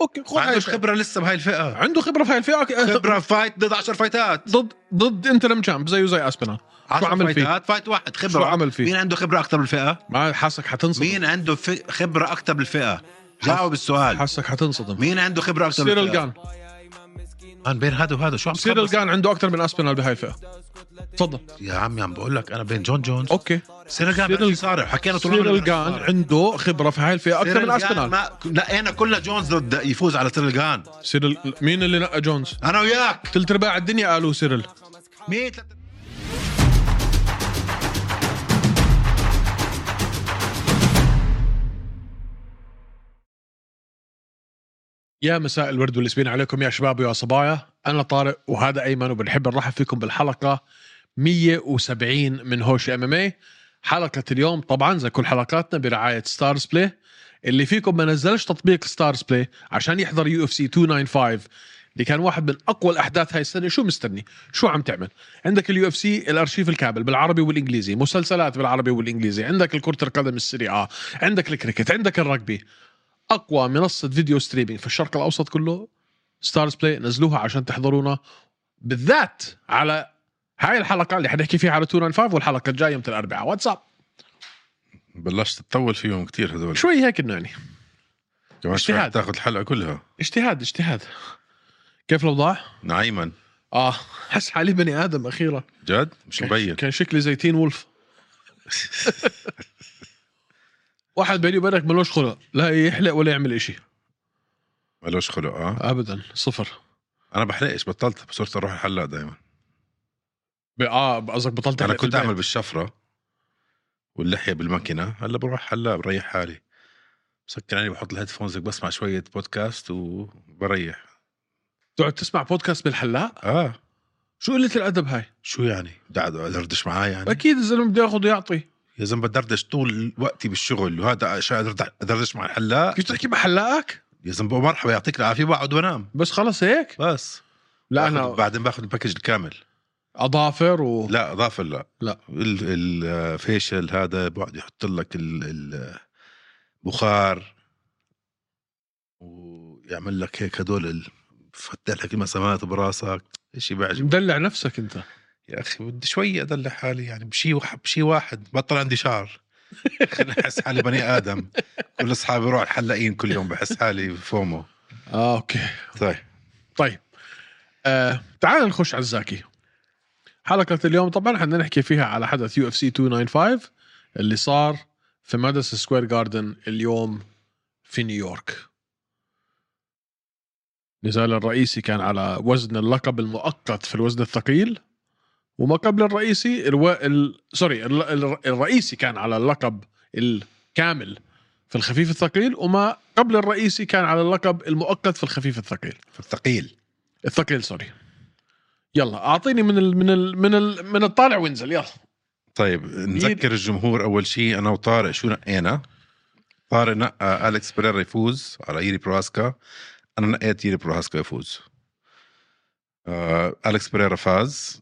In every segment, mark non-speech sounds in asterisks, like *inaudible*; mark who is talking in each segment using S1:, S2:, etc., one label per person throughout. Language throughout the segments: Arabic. S1: اوكي خذ
S2: ما
S1: هاي
S2: عندوش
S1: الفئة.
S2: خبره لسه بهاي
S1: *laughs*
S2: الفئه
S1: عنده خبره في هالفئه أوكي.
S2: خبره فايت ضد 10 فايتات
S1: ضد ضد انترم تشامب زيه زي اسبنا
S2: 10
S1: عمل فيه؟
S2: فايتات فايت واحد خبره
S1: شو عمل فيه؟
S2: مين عنده خبره اكثر بالفئه
S1: ما حاسك حتنصدم
S2: مين عنده في- خبره اكثر بالفئه جاوب السؤال
S1: حاسك حتنصدم
S2: مين عنده خبره اكثر
S1: سيرل جان
S2: عن بين هذا وهذا شو عم
S1: سيرل
S2: تخبص؟
S1: جان عنده اكثر من اسبينال بهاي الفئه تفضل
S2: يا عمي عم بقول لك انا بين جون جونز
S1: اوكي
S2: سيرل جان
S1: سيرل-
S2: بيعرفش يصارع حكينا طول عمرنا
S1: سيرل
S2: بيعرفش
S1: جان
S2: يصارع.
S1: عنده خبره في هاي الفئه اكثر
S2: سيرل
S1: من
S2: جان
S1: اسبينال
S2: ما نقينا كلنا جونز ضد يفوز على سيرل جان
S1: سيرل مين اللي نقى جونز
S2: انا وياك
S1: ثلث ارباع الدنيا قالوا سيرل
S2: مين
S1: يا مساء الورد والاسبين عليكم يا شباب ويا صبايا انا طارق وهذا ايمن وبنحب نرحب فيكم بالحلقه 170 من هوش ام ام اي حلقه اليوم طبعا زي كل حلقاتنا برعايه ستارز بلاي اللي فيكم ما نزلش تطبيق ستارز بلاي عشان يحضر يو اف سي 295 اللي كان واحد من اقوى الاحداث هاي السنه شو مستني شو عم تعمل عندك اليو اف سي الارشيف الكامل بالعربي والانجليزي مسلسلات بالعربي والانجليزي عندك الكره القدم السري اه عندك الكريكت عندك الرugby اقوى منصه فيديو ستريمينج في الشرق الاوسط كله ستارز بلاي نزلوها عشان تحضرونا بالذات على هاي الحلقه اللي حنحكي فيها على 295 والحلقه الجايه يوم الاربعاء واتساب
S3: بلشت تطول فيهم كتير هذول
S1: شوي هيك انه يعني
S3: كمان شوي
S1: اجتهاد.
S3: تاخذ الحلقه كلها
S1: اجتهاد اجتهاد كيف الاوضاع؟
S3: نعيما
S1: اه حس حالي بني ادم اخيرا
S3: جد مش مبين
S1: كان شكلي زي تين وولف واحد بيني وبينك ملوش خلق لا يحلق ولا يعمل إشي
S3: ملوش خلق اه
S1: ابدا صفر
S3: انا بحرقش بطلت صرت اروح الحلاق دائما
S1: ب- اه قصدك بطلت
S3: انا
S1: أحلق في
S3: كنت
S1: البيت.
S3: اعمل بالشفره واللحيه بالماكينه هلا بروح حلاق بريح حالي بسكر عيني بحط الهيدفونز هيك بسمع شويه بودكاست وبريح
S1: تقعد تسمع بودكاست بالحلاق
S3: اه
S1: شو قله الادب هاي
S3: شو يعني بدي أقعد ادردش معاه يعني
S1: اكيد الزلمه بده ياخذ ويعطي
S3: يا زلمه بدردش طول وقتي بالشغل وهذا اشياء أدردح- ادردش مع الحلاق
S1: كيف تحكي مع حلاقك
S3: يا زلمه بقول مرحبا يعطيك العافيه بقعد بنام
S1: بس خلص هيك
S3: بس
S1: لا
S3: باخد-
S1: انا
S3: بعدين باخذ الباكج الكامل
S1: اظافر و
S3: لا اضافه لا
S1: لا.
S3: ال- الفيشل هذا بقعد يحط لك ال- البخار ويعمل لك هيك هدول ال- بفتح لك المسامات براسك شيء بعجب
S1: مدلع نفسك انت
S3: يا اخي بدي شوي ادلع حالي يعني بشيء واحد بشيء واحد بطل عندي شعر خليني احس حالي بني ادم كل اصحابي بروح الحلاقين كل يوم بحس حالي فومو
S1: اه اوكي
S3: طيب
S1: طيب آه تعال نخش على الزاكي حلقة اليوم طبعا حنا نحكي فيها على حدث يو اف سي 295 اللي صار في ماديسون سكوير جاردن اليوم في نيويورك نزال الرئيسي كان على وزن اللقب المؤقت في الوزن الثقيل وما قبل الرئيسي الو... ال... سوري ال... ال... الرئيسي كان على اللقب الكامل في الخفيف الثقيل وما قبل الرئيسي كان على اللقب المؤقت في الخفيف الثقيل
S3: فالثقيل
S1: الثقيل سوري يلا اعطيني من ال من ال من ال من الطالع وانزل يلا
S3: طيب نذكر الجمهور اول شيء انا وطارق شو نقينا طارق نقى اليكس بريرا يفوز على ايري بروهاسكا انا نقيت ايري بروهاسكا يفوز آه اليكس بريرا فاز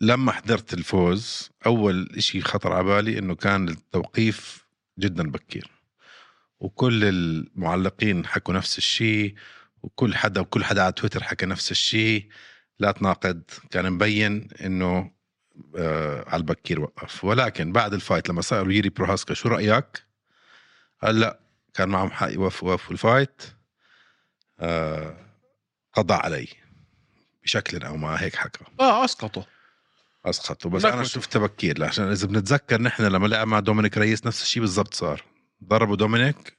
S3: لما حضرت الفوز اول شيء خطر على بالي انه كان التوقيف جدا بكير وكل المعلقين حكوا نفس الشيء وكل حدا وكل حدا على تويتر حكى نفس الشيء لا تناقض كان مبين انه آه على البكير وقف ولكن بعد الفايت لما سالوا ييري بروهاسكا شو رايك؟ قال لا كان معهم حق يوقفوا يوقفوا الفايت آه قضى علي بشكل او ما هيك حكى
S1: اه اسقطه
S3: اسقطوا بس
S1: لك
S3: انا
S1: وتو.
S3: شفت تبكير لعشان اذا بنتذكر نحن لما لعب مع دومينيك ريس نفس الشيء بالضبط صار ضربوا دومينيك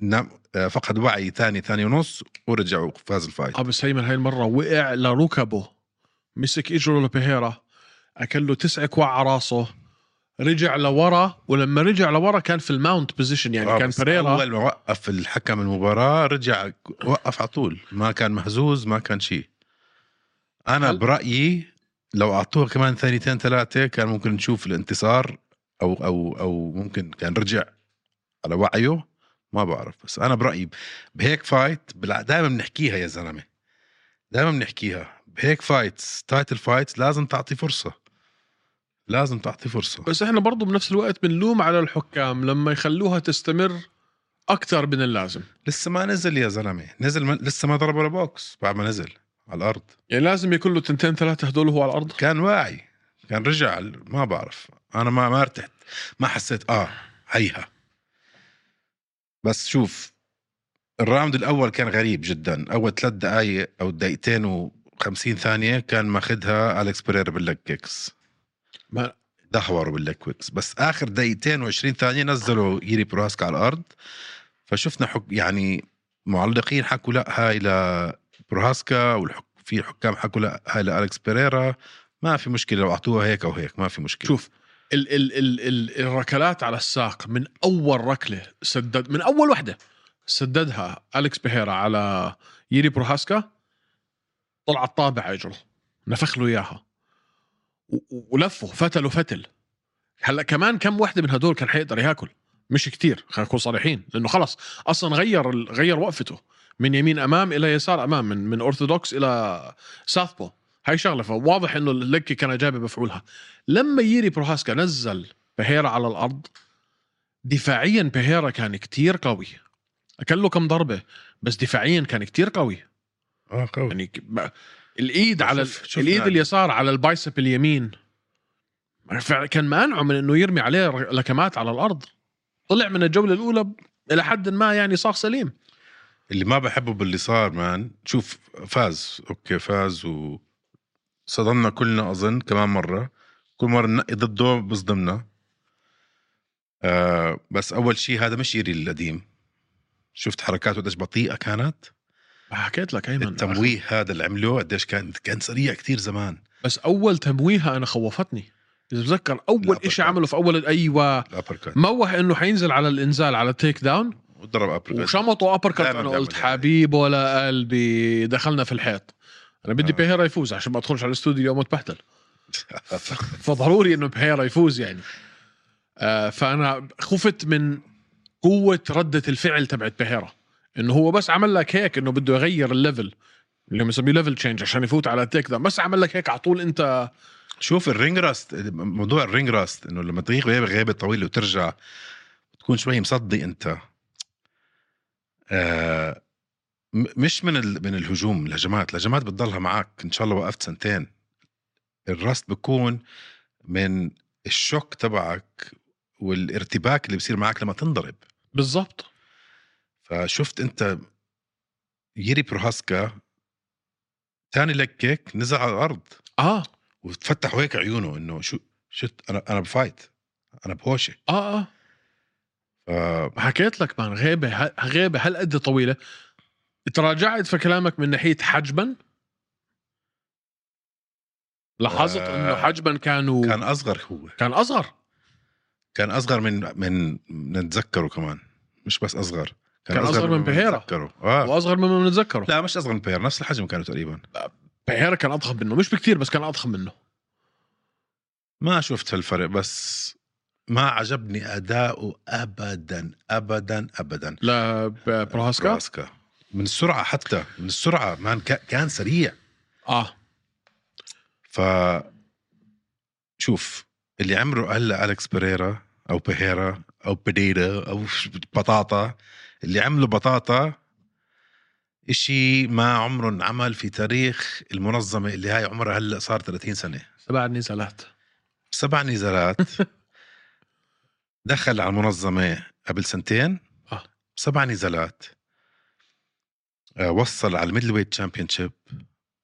S3: نام آه، فقد وعي ثاني ثاني ونص ورجعوا فاز الفايت
S1: اه بس هيمن هاي المره وقع لركبه مسك اجره لبيهيرا اكل له تسع كوع على راسه رجع لورا ولما رجع لورا كان في الماونت بوزيشن يعني
S3: آه،
S1: كان
S3: بس
S1: بريرا
S3: اول ما وقف الحكم المباراه رجع وقف على طول ما كان مهزوز ما كان شيء انا
S1: هل-
S3: برايي لو اعطوه كمان ثانيتين ثلاثه كان ممكن نشوف الانتصار او او او ممكن كان رجع على وعيه ما بعرف بس انا برايي بهيك فايت بالع- دائما بنحكيها يا زلمه دائما بنحكيها بهيك فايتس تايتل فايتس لازم تعطي فرصه لازم تعطي فرصه
S1: بس احنا برضو بنفس الوقت بنلوم على الحكام لما يخلوها تستمر اكثر من اللازم
S3: لسه ما نزل يا زلمه نزل ما... لسه ما ضرب ولا بوكس بعد ما نزل على الارض
S1: يعني لازم يكون له تنتين ثلاثه هدول وهو على الارض
S3: كان واعي كان رجع ال- ما بعرف انا ما ما ارتحت ما حسيت اه هيها بس شوف الراوند الاول كان غريب جدا اول ثلاث دقائق او دقيقتين و50 ثانيه كان ماخذها اليكس برير باللك كيكس
S1: ما-
S3: دحوروا باللك كيكس بس اخر دقيقتين و20 ثانيه نزلوا يري براسك على الارض فشفنا حك يعني معلقين حكوا لا هاي لبروهاسكا والحك... في حكام حكوا لا هاي لالكس بيريرا ما في مشكله لو اعطوها هيك او هيك ما في مشكله
S1: شوف ال ال ال ال الركلات على الساق من اول ركله سدد من اول وحده سددها اليكس بهيرا على ييري بروهاسكا طلعت طابعه اجره نفخ له اياها و- و- ولفه فتله فتل هلا كمان كم وحده من هدول كان حيقدر ياكل مش كتير خلينا نكون صريحين لانه خلص اصلا غير ال- غير وقفته من يمين امام الى يسار امام من من اورثودوكس الى ساثبو هاي شغله فواضح انه اللكه كان جايبه مفعولها لما ييري بروهاسكا نزل بهيرا على الارض دفاعيا بهيرا كان كتير قوي اكل له كم ضربه بس دفاعيا كان كتير قوي
S3: اه قوي
S1: يعني ك- ما- الايد على
S3: شوف-
S1: شوف
S3: شوف يعني.
S1: الايد
S3: نادي.
S1: اليسار على البايسب اليمين فع- كان مانعه من انه يرمي عليه ر- لكمات على الارض طلع من الجوله الاولى ب- الى حد ما يعني صار سليم
S3: اللي ما بحبه باللي صار مان شوف فاز اوكي فاز و صدمنا كلنا اظن كمان مره كل مره ننقي ضده بصدمنا آه بس اول شيء هذا مش يري القديم شفت حركاته قديش بطيئه كانت
S1: حكيت لك ايمن
S3: التمويه هذا اللي عمله قديش كان كان سريع كتير زمان
S1: بس اول تمويهه انا خوفتني اذا بتذكر اول
S3: لا،
S1: إشي
S3: بالضبط.
S1: عمله في اول ايوه
S3: الابر كات
S1: موه انه حينزل على الانزال على التيك داون
S3: وضرب ابر كات
S1: وشمطوا ابر كات
S3: دايماً
S1: انا
S3: بيعمل يعني.
S1: قلت
S3: هيك.
S1: حبيب ولا قلبي دخلنا في الحيط انا بدي
S3: آه.
S1: بيهيرا يفوز عشان ما ادخلش على الاستوديو اليوم واتبهدل
S3: آه،
S1: فضروري انه بهيرا يفوز يعني آه فانا خفت من قوه رده الفعل تبعت بهيرا انه هو بس عمل لك هيك انه بده يغير الليفل اللي بنسميه ليفل تشينج عشان يفوت على التيك داون بس عمل لك هيك على طول انت
S3: شوف الرينج راست موضوع الرينج راست انه لما تغيب غيبه غيبه طويله وترجع تكون شوي مصدي انت آه م- مش من ال... من الهجوم الهجمات الهجمات بتضلها معك ان شاء الله وقفت سنتين الراست بكون من الشوك تبعك والارتباك اللي بصير معك لما تنضرب
S1: بالضبط
S3: فشفت انت يري بروهاسكا تاني لك كيك نزل على الارض
S1: اه
S3: وتفتحوا هيك عيونه انه شو شت انا انا بفايت انا بهوشه
S1: اه اه
S3: آه
S1: حكيت لك مان غيبه ه- غيبه هالقد طويله تراجعت في كلامك من ناحيه حجما لاحظت
S3: آه،
S1: انه حجما كانوا كان,
S3: كان اصغر هو
S1: كان اصغر
S3: كان اصغر من من نتذكره كمان مش بس اصغر
S1: كان أصغر من بيهيرا.
S3: نتذكره اه
S1: واصغر مما بنتذكره
S3: لا مش اصغر من بيهيرا نفس الحجم كانوا تقريبا
S1: بيهيرا كان اضخم منه مش بكتير بس كان اضخم منه
S3: ما شفت هالفرق بس ما عجبني اداؤه ابدا ابدا ابدا
S1: لا ب- بروهاسكا
S3: براسكا من السرعه حتى من السرعه مان كا- كان سريع
S1: اه
S3: ف شوف اللي عمره هلا اليكس بيريرا او بيهيرا او بديرا او ش- بطاطا اللي عمله بطاطا اشي ما عمره انعمل في تاريخ المنظمه اللي هاي عمرها هلا صار 30 سنه
S1: سبع نزالات
S3: سبع نزالات دخل على المنظمه قبل سنتين
S1: آه.
S3: سبع نزالات آه، وصل على الميدل ويت تشامبيونشيب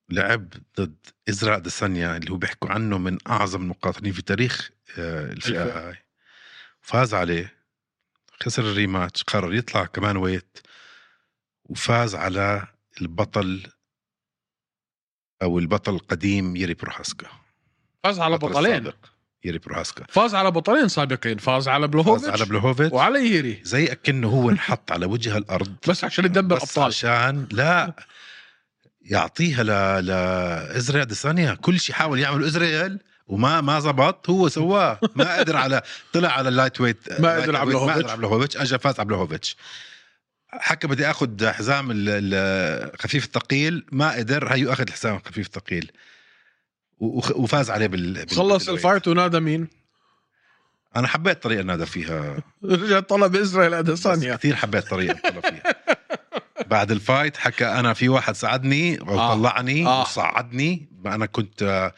S3: لعب ضد ازراء دسانيا اللي هو بيحكوا عنه من اعظم المقاتلين في تاريخ آه،
S1: الفئة.
S3: الفئه هاي فاز عليه خسر الريماتش قرر يطلع كمان ويت وفاز على البطل او البطل القديم يري بروحاسكا
S1: فاز على
S3: البطل
S1: بطلين
S3: السابق يري بروحاسكا
S1: فاز على بطلين سابقين فاز على
S3: فاز على
S1: بلوهوفيتش
S3: بلوهوفيتش
S1: وعلى ييري
S3: زي اكنه هو انحط على وجه الارض
S1: بس عشان يدبر
S3: بس
S1: ابطال
S3: عشان لا يعطيها ل لازرائيل ديسانيا كل شيء حاول يعمل ازرائيل وما ما زبط هو سواه ما قدر على طلع على اللايت ويت
S1: *laughs* ما قدر على
S3: اللايت ويت، ما
S1: بلوهوفيتش.
S3: قدر على بلوهوفيتش اجى فاز على بلوهوفيتش حكى بدي اخذ حزام ال- ال- خفيف الثقيل ما قدر هيو اخذ الحزام الخفيف الثقيل و- وخ- وفاز عليه بال بال-
S1: خلص
S3: بالويت.
S1: *laughs* الفايت ونادى مين؟
S3: انا حبيت الطريقه اللي نادى فيها
S1: رجع طلع باسرائيل
S3: بس
S1: اديسانيا
S3: كثير حبيت الطريقه اللي طلع فيها بعد الفايت حكى انا في واحد ساعدني
S1: آه.
S3: وطلعني
S1: آه.
S3: آه. وصعدني انا كنت آه،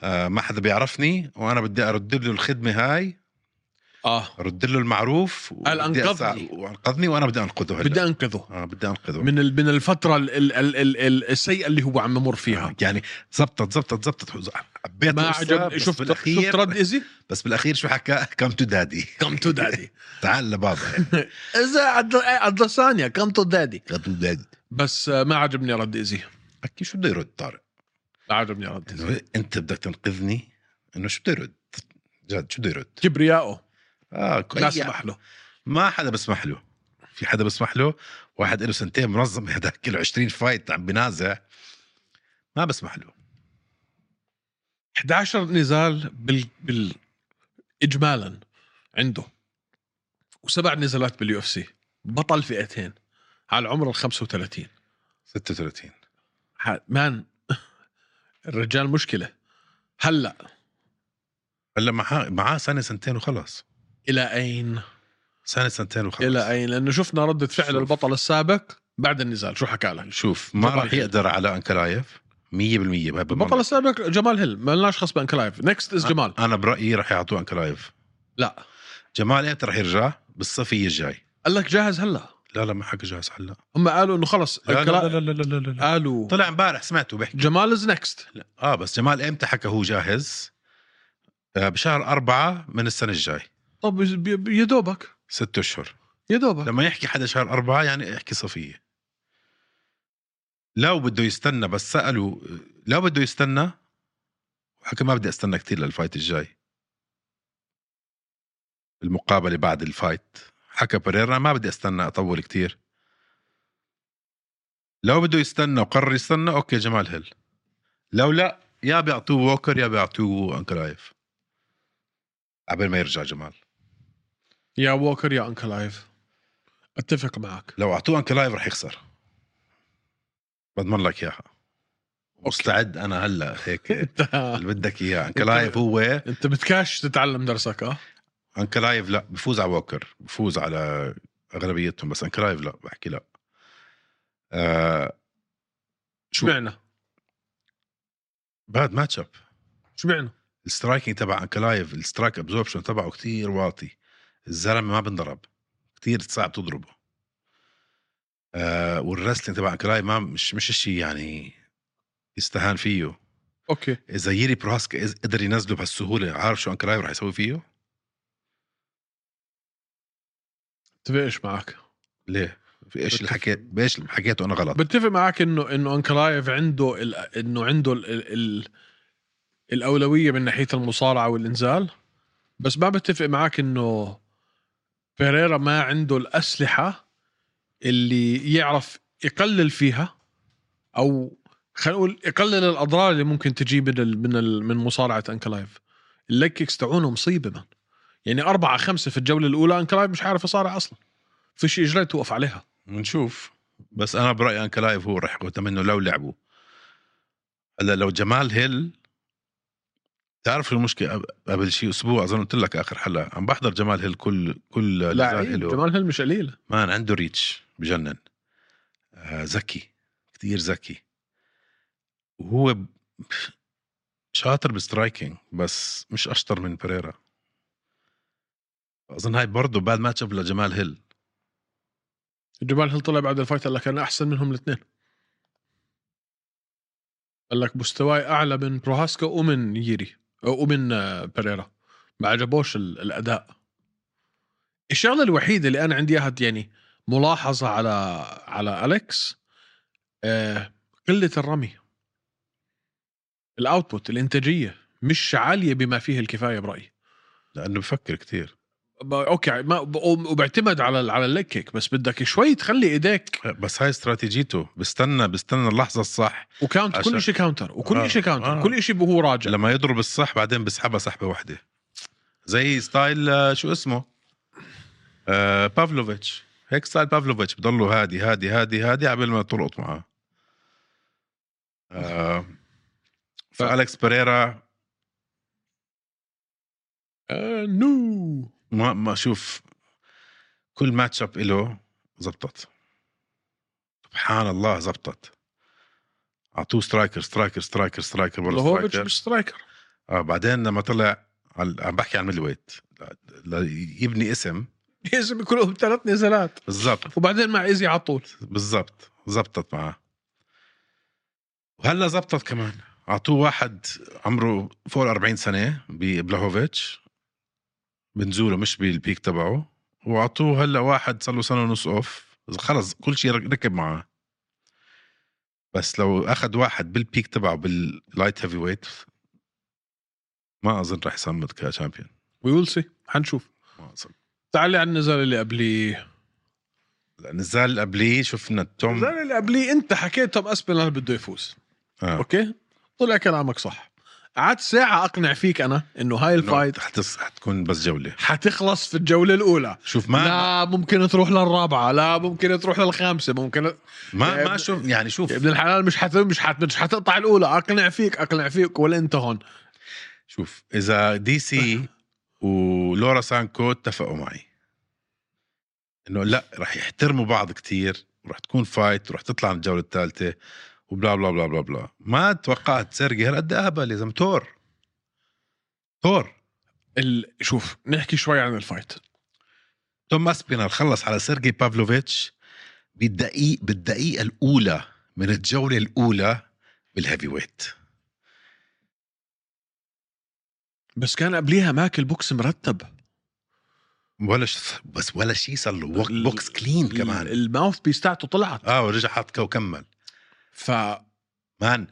S3: آه، ما حدا بيعرفني وانا بدي ارد له الخدمه هاي
S1: اه
S3: ارد له المعروف
S1: قال
S3: وبدي أسع-
S1: أنقذني.
S3: وانقذني وانا بدي انقذه هلا
S1: بدي انقذه
S3: آه بدي انقذه
S1: من ال- من الفتره ال- ال- ال- ال- ال- السيئه اللي هو عم يمر فيها
S3: يعني زبطت زبطت زبطت حبيت
S1: ما
S3: القصة،
S1: عجب
S3: بس
S1: شفت
S3: بالأخير-
S1: شفت رد ايزي
S3: بس بالاخير شو حكى *laughs* كم تو دادي
S1: كم تو *laughs* دادي
S3: تعال لبابا يعني.
S1: اذا اديسانيا كم تو دادي
S3: come to daddy
S1: بس آه، ما عجبني رد ايزي
S3: حكي شو بده يرد طارق
S1: ما عجبني رد ايزي
S3: انه انت بدك تنقذني انه شو بده يرد جد شو بده يرد
S1: كبريائه
S3: اه
S1: لا
S3: كويس
S1: سمح له
S3: ما حدا بسمح له في حدا بسمح له واحد له سنتين منظم *laughs* هذاك له 20 فايت عم بنازع ما بسمح له
S1: 11 نزال بال, بال... اجمالا عنده وسبع نزالات باليو اف سي بطل فئتين على عمر ال 35
S3: 36
S1: ح- مان *laughs* الرجال مشكله هلا
S3: هلا معاه معاه سنه سنتين وخلص
S1: الى اين
S3: سنه سنتين وخلص
S1: الى اين لانه شفنا رده فعل
S3: شوف.
S1: البطل السابق بعد النزال شو حكى لك
S3: شوف ما
S1: طبعاً.
S3: راح يقدر على انكلايف 100% بهاي
S1: البطل
S3: بطل
S1: السابق جمال هيل ما لناش خص بانكلايف نكست
S3: آه.
S1: از جمال
S3: انا برايي راح يعطوه انكلايف
S1: لا
S3: جمال امتى راح يرجع بالصيفيه الجاي
S1: قال لك جاهز هلا
S3: لا لا ما حكى جاهز هلا
S1: هم قالوا انه خلص
S3: لا لا,
S1: الكلا-
S3: لا لا لا لا لا, لا.
S1: قالوا
S3: طلع امبارح سمعته بيحكي
S1: جمال از نكست
S3: لا. اه بس جمال امتى حكى هو جاهز آه بشهر أربعة من السنة الجاي
S1: طب بي- بي- يا دوبك
S3: ست أشهر
S1: يا دوبك
S3: لما يحكي حدا شهر أربعة يعني يحكي صفية لو بده يستنى بس سألوا لو بده يستنى حكى ما بدي استنى كتير للفايت الجاي المقابلة بعد الفايت حكى بريرا ما بدي استنى اطول كتير لو بده يستنى وقرر يستنى اوكي جمال هيل لو لا يا بيعطوه ووكر يا بيعطوه انكلايف قبل ما يرجع جمال
S1: يا ووكر يا انكلايف اتفق معك
S3: لو اعطوه انكلايف رح يخسر بضمن لك اياها مستعد انا هلا
S1: *laughs*
S3: هيك اللي
S1: انت
S3: *laughs* بدك اياه انكلايف هو
S1: انت بتكاش تتعلم درسك اه
S3: انكلايف لا بفوز على ووكر بفوز على اغلبيتهم بس انكلايف لا بحكي لا آه
S1: شو
S3: شو؟
S1: معنى
S3: باد ماتش اب
S1: شو معنى
S3: السترايكنج تبع انكلايف السترايك ابزوربشن تبعه كتير واطي الزلمه ما بنضرب كتير صعب تضربه آه والرسلينج تبع انكلايف ما مش مش شيء يعني يستهان فيه
S1: اوكي
S3: اذا ييري بروهاسكا إز- قدر ينزله بهالسهوله عارف شو انكلايف رح يسوي فيه؟
S1: اتفقش معك
S3: ليه؟ في ايش اللي
S1: بتفق-
S3: حكيت بايش اللي حكيته انا غلط؟
S1: بتفق معك انه انه انكلايف عنده ال... انه عنده ال... ال... ال... الاولويه من ناحيه المصارعه والانزال بس ما بتفق معك انه بيريرا ما عنده الاسلحه اللي يعرف يقلل فيها او خلينا نقول يقلل الاضرار اللي ممكن تجي من ال... من ال... من مصارعه انكلايف الليج كيكس تاعونه مصيبه من يعني أربعة خمسة في الجولة الأولى أنكلايف مش عارف يصارع أصلا فيش إجراء توقف عليها
S3: بنشوف بس انا برايي انكلايف هو رح ياخذها منه لو لعبوا هلا لو جمال هيل تعرف شو المشكله أب- قبل شيء اسبوع اظن قلت لك اخر حلقه عم بحضر جمال هيل كل كل نزال
S1: لاعب
S3: إله.
S1: جمال هيل مش قليل
S3: مان عنده ريتش بجنن آه ذكي كثير ذكي وهو ب- شاطر بالسترايكينج بس مش اشطر من بريرا اظن هاي برضه بعد ماتش اب لجمال هيل
S1: جمال هيل طلع بعد الفايت قال لك انا احسن منهم الاثنين قال لك مستواي اعلى من بروهاسكا ومن ييري ومن آه، بيريرا ما عجبوش ال- الاداء الشغله الوحيده اللي انا عندي اياها يعني ملاحظه على على اليكس آه، قله الرمي الاوتبوت الانتاجيه مش عاليه بما فيه الكفايه برايي
S3: لانه بفكر كثير
S1: ب- اوكي ما ب- وبعتمد على ال- على الليج كيك بس بدك شوي تخلي ايديك
S3: بس هاي استراتيجيته بستنى بستنى اللحظه الصح
S1: وكاونت كل
S3: عشان-
S1: شيء كاونتر وكل
S3: آه،
S1: شيء كاونتر
S3: آه.
S1: كل شيء هو راجع
S3: لما يضرب الصح بعدين بسحبها سحبه واحده زي ستايل آه، شو اسمه آه بافلوفيتش هيك ستايل بافلوفيتش بضله هادي هادي هادي هادي قبل ما تلقط معاه آه فالكس بريرا
S1: آه نو
S3: ما ما شوف كل ماتش اب له زبطت سبحان الله زبطت اعطوه سترايكر سترايكر سترايكر سترايكر ورا
S1: بلوفيتش
S3: سترايكر
S1: مش *laughs* سترايكر
S3: آه بعدين لما طلع على- عم بحكي عن ميدل ويت ل- يبني اسم
S1: لازم يكون لهم ثلاث نزالات
S3: بالضبط
S1: وبعدين مع ايزي على طول
S3: بالضبط زبطت معاه وهلا زبطت كمان اعطوه واحد عمره فوق ال 40 سنه ببلاهوفيتش بنزوله مش بالبيك تبعه واعطوه هلا واحد صار له سنه ونص اوف خلص كل شيء ركب معاه بس لو اخذ واحد بالبيك تبعه باللايت هيفي ويت ما اظن رح يصمد كشامبيون
S1: وي ويل سي حنشوف
S3: ما اظن
S1: تعال لي على النزال اللي قبليه
S3: النزال اللي قبليه شفنا توم
S1: النزال اللي قبليه انت حكيت توم اسبينال بده يفوز
S3: آه.
S1: اوكي طلع كلامك صح قعدت ساعة اقنع فيك انا انه هاي الفايت
S3: حتس- حتكون بس جوله
S1: حتخلص في الجولة الأولى
S3: شوف ما
S1: لا ممكن تروح للرابعة لا ممكن تروح للخامسة ممكن
S3: ما
S1: يا ابن-
S3: ما شوف يعني شوف
S1: يا ابن الحلال مش حت مش حت مش حتقطع الأولى أقنع فيك أقنع فيك ولا أنت هون
S3: شوف اذا
S1: *laughs*
S3: دي سي ولورا سانكو اتفقوا معي انه لا رح يحترموا بعض كتير ورح تكون فايت ورح تطلع من الجوله الثالثه وبلا بلا بلا بلا بلا ما توقعت سيرجي هالقد اهبل يا زلمه تور تور
S1: ال... شوف نحكي شوي عن الفايت
S3: توم اسبينال خلص على سيرجي بافلوفيتش بالدقيق بالدقيقة الأولى من الجولة الأولى بالهيفي ويت
S1: بس كان قبليها ماكل بوكس مرتب
S3: ولا ش... بس ولا شيء صار له وك-
S1: ال-
S3: بوكس كلين كمان
S1: الماوث بيس تاعته طلعت
S3: اه ورجع حط وكمل
S1: ف...
S3: مان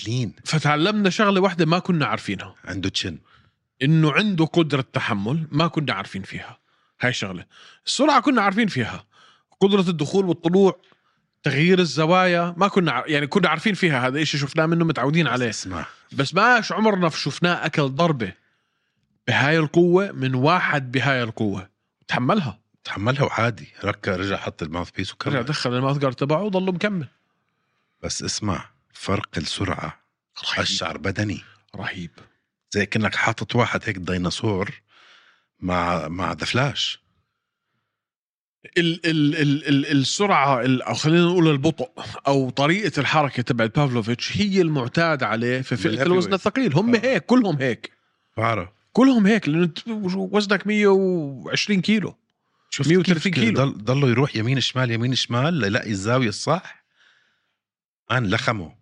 S3: كلين
S1: فتعلمنا شغلة واحدة ما كنا عارفينها
S3: عنده تشن
S1: انه عنده قدرة تحمل ما كنا عارفين فيها هاي شغلة السرعة كنا عارفين فيها قدرة الدخول والطلوع تغيير الزوايا ما كنا عار... يعني كنا عارفين فيها هذا الشيء شفناه منه متعودين عليه
S3: اسمع
S1: بس ماش عمرنا شفناه اكل ضربة بهاي القوة من واحد بهاي القوة تحملها
S3: تحملها وعادي ركع رجع حط الماوث بيس
S1: رجع
S3: وكمل
S1: دخل الماوث جارد تبعه وضله مكمل
S3: بس اسمع فرق السرعة الشعر بدني
S1: رهيب
S3: زي كأنك حاطط واحد هيك ديناصور مع مع ذا فلاش
S1: ال ال ال ال السرعه ال- او خلينا نقول البطء او طريقه الحركه تبعت بافلوفيتش هي المعتاد عليه في فئه
S3: بالheavyweight.
S1: الوزن الثقيل هم
S3: آه.
S1: هيك كلهم هيك
S3: بعرف
S1: كلهم هيك لانه أنت وزنك 120 كيلو
S3: شوف
S1: 130
S3: كيف
S1: كيلو.
S3: ضل ضلوا يروح يمين شمال يمين شمال ليلاقي الزاويه الصح عن لخمه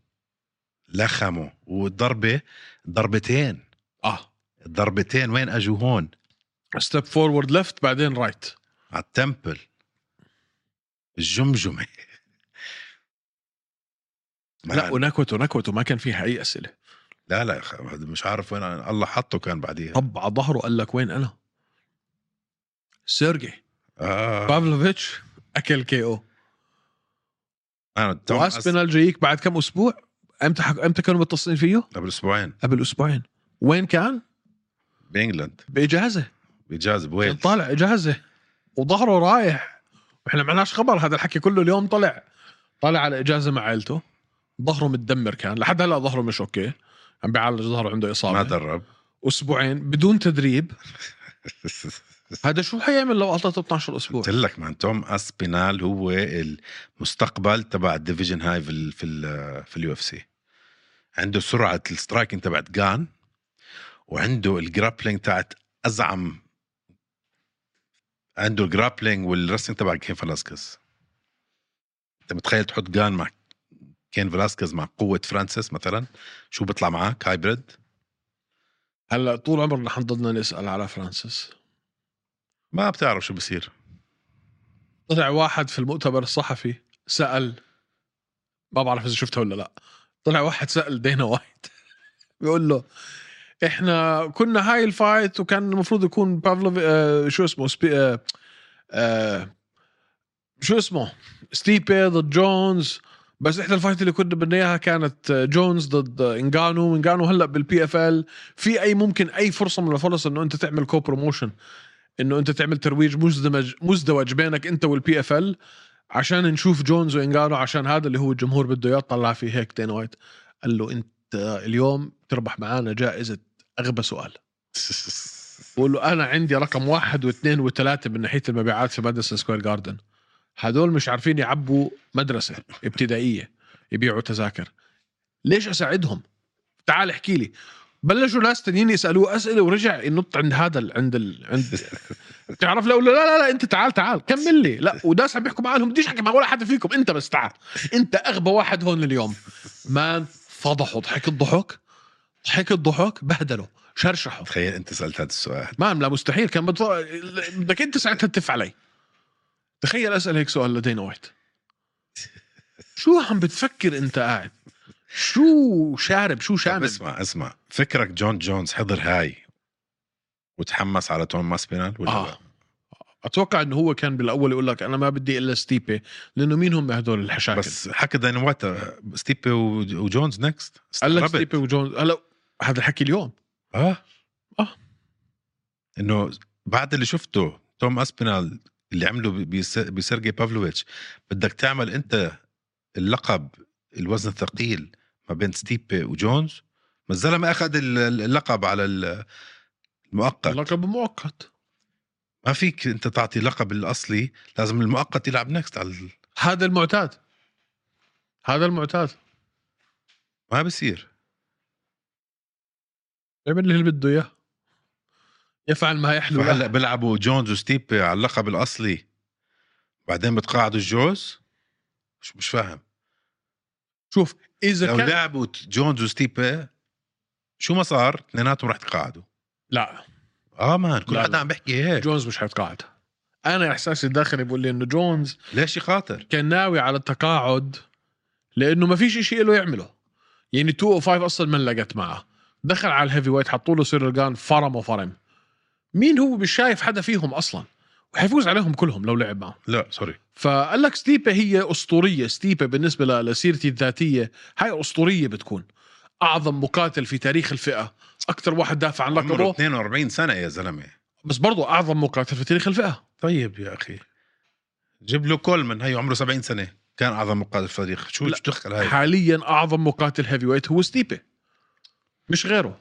S3: لخمه والضربه ضربتين آه.
S1: اه
S3: الضربتين وين اجوا هون
S1: ستيب فورورد ليفت بعدين رايت right.
S3: على التمبل الجمجمه *laughs* ما-
S1: لا ونكوته نكوته ما كان فيها اي اسئله
S3: لا لا خ- هذا مش عارف وين أنا- الله حطه كان بعديها
S1: طب على ظهره قال لك وين انا سيرجي
S3: آه.
S1: بافلوفيتش اكل كي او
S3: انا توم أس-
S1: واسبينال جايك بعد كم اسبوع امتى حك... امتى كانوا متصلين فيه؟
S3: قبل اسبوعين
S1: قبل اسبوعين وين كان؟
S3: بانجلند
S1: باجازه
S3: بجاز بويل
S1: كان طالع اجازه وظهره رايح واحنا ما لناش خبر هذا الحكي كله اليوم طلع طلع على اجازه مع عائلته ظهره متدمر كان لحد هلا ظهره مش اوكي عم بيعالج ظهره عنده
S3: ما
S1: اصابه
S3: درب
S1: اسبوعين بدون تدريب هذا شو حيعمل لو قطته 12 اسبوع
S3: قلت لك مان توم اسبينال هو المستقبل تبع الديفيجن هاي في ال في ال في اليو اف سي عنده سرعه السترايكنج تبعت جان وعنده الجرابلينج تاعت ازعم عنده الجرابلينج والرسلينج تبع كين فلاسكس انت متخيل تحط جان مع كين فلاسكس مع قوه فرانسيس مثلا شو بيطلع معك هايبرد
S1: هلا طول عمرنا حنضلنا نسال على فرانسيس
S3: ما بتعرف شو بصير
S1: طلع واحد في المؤتمر الصحفي سال ما بعرف اذا شفتها ولا لا طلع واحد سال دينا وايت *laughs* بيقول له احنا كنا هاي الفايت وكان المفروض يكون بافلوف آه شو اسمه سبي آه آه شو اسمه ستيبي ضد جونز بس احدى الفايت اللي كنا بدنا اياها كانت آه، جونز ضد آه، انجانو انجانو هلا بالبي اف ال في اي ممكن اي فرصه من الفرص انه انت تعمل كو بروموشن انه انت تعمل ترويج مزدمج مزدوج بينك انت والبي اف ال عشان نشوف جونز وانجانو عشان هذا اللي هو الجمهور بده اياه طلع فيه هيك دين وايت قال له انت اليوم تربح معانا جائزه اغبى سؤال بقول له انا عندي رقم واحد واثنين وثلاثه من ناحيه المبيعات في ماديسون سكوير جاردن هدول مش عارفين يعبوا مدرسه ابتدائيه يبيعوا تذاكر ليش اساعدهم؟ تعال احكي لي بلشوا ناس تانيين يسالوه اسئله ورجع ينط عند هذا ال... عند ال... عند *laughs* بتعرف لا لا لا لا انت تعال تعال كمل لي لا وناس عم بيحكوا معاه لهم بديش احكي مع ولا حدا فيكم انت بس تعال انت اغبى واحد هون اليوم مان فضحوا ضحك الضحك ضحك الضحك بهدله شرشحه
S3: تخيل انت سالت هذا السؤال
S1: ما لا مستحيل كان بض- بدك انت ساعتها تتف علي تخيل اسال هيك سؤال لدينا وايت شو عم بتفكر انت قاعد شو شارب شو
S3: طب
S1: شامل
S3: اسمع اسمع فكرك جون جونز حضر هاي وتحمس على توم ماسبينال ولا
S1: آه.
S3: لا؟
S1: اتوقع انه هو كان بالاول يقول لك انا ما بدي الا ستيبي لانه مين هم هدول الحشاكل
S3: بس حكى داين وايت آه، ستيبي و- وجونز نكست
S1: قال لك
S3: استغربت.
S1: ستيبي وجونز هلا هذا الحكي اليوم
S3: اه
S1: آه.
S3: انه بعد اللي شفته توم اسبينال اللي عمله ب- بس- بسيرجي بافلوفيتش بدك تعمل انت اللقب الوزن الثقيل ما بين ستيبي وجونز ما الزلمه اخذ ال- اللقب على ال- المؤقت
S1: لقب مؤقت
S3: ما فيك انت تعطي لقب الاصلي لازم المؤقت يلعب نكست على ال-
S1: هذا المعتاد هذا المعتاد
S3: ما بصير
S1: يعمل اللي بده اياه يفعل ما يحلو له.
S3: هلا بيلعبوا جونز وستيبي على اللقب الاصلي بعدين بتقاعدوا الجوز مش مش فاهم
S1: شوف اذا
S3: لو
S1: كان
S3: لعبوا جونز وستيبي شو ما صار اثنيناتهم رح يتقاعدوا
S1: لا
S3: اه مان كل
S1: لا،
S3: حدا
S1: لا.
S3: عم بيحكي هيك
S1: جونز مش حيتقاعد انا احساسي الداخلي بيقول لي انه جونز
S3: ليش يخاطر
S1: كان ناوي على التقاعد لانه ما فيش شيء له يعمله يعني 205 اصلا ما لقت معه دخل على الهيفي ويت حطوا له سيرجان فرم وفرم مين هو مش شايف حدا فيهم اصلا وحيفوز عليهم كلهم لو لعب معه
S3: لا سوري
S1: فقال لك ستيبا هي اسطوريه ستيبا بالنسبه ل- لسيرتي الذاتيه هاي اسطوريه بتكون اعظم مقاتل في تاريخ الفئه اكثر واحد دافع عن
S3: عمره
S1: لقبه
S3: 42 سنه يا زلمه
S1: بس برضه اعظم مقاتل في تاريخ الفئه
S3: طيب يا اخي جيب له كولمان هي عمره 70 سنه كان اعظم مقاتل في التاريخ شو
S1: لا.
S3: شو دخل هاي
S1: حاليا اعظم مقاتل هيفي ويت هو ستيبا مش غيره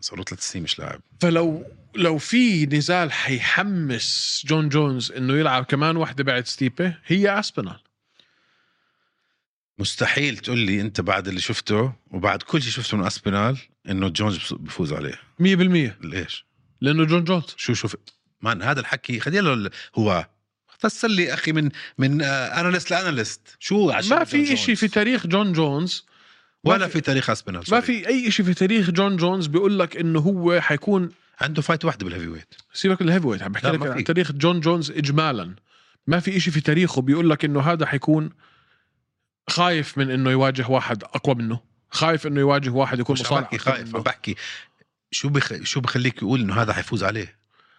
S3: صار له ثلاث سنين مش لاعب
S1: فلو لو في نزال حيحمس جون جونز انه يلعب كمان واحده بعد ستيبي هي اسبينال
S3: مستحيل تقول لي انت بعد اللي شفته وبعد كل شيء شفته من اسبينال انه جونز بس- بفوز عليه
S1: 100%
S3: ليش
S1: لانه جون جونز
S3: شو شوف مان هذا الحكي خلي له ال- هو اختصر لي اخي من من آه، اناليست لاناليست شو عشان
S1: ما
S3: جون
S1: في
S3: جونز؟
S1: شيء في تاريخ جون جونز ما
S3: ولا في تاريخ اسبينال
S1: ما
S3: سوري.
S1: في اي شيء في تاريخ جون جونز بيقول لك انه هو حيكون
S3: عنده فايت واحده بالهيفي ويت
S1: سيبك من الهيفي ويت عم بحكي
S3: لا،
S1: لك
S3: ما في.
S1: عن تاريخ جون جونز اجمالا ما في شيء في تاريخه بيقول لك انه هذا حيكون خايف من انه يواجه واحد اقوى منه خايف انه يواجه واحد يكون
S3: مش عم
S1: مصارع
S3: بحكي
S1: أكثر
S3: خايف
S1: منه.
S3: عم بحكي شو بخ... شو بخليك يقول انه هذا حيفوز عليه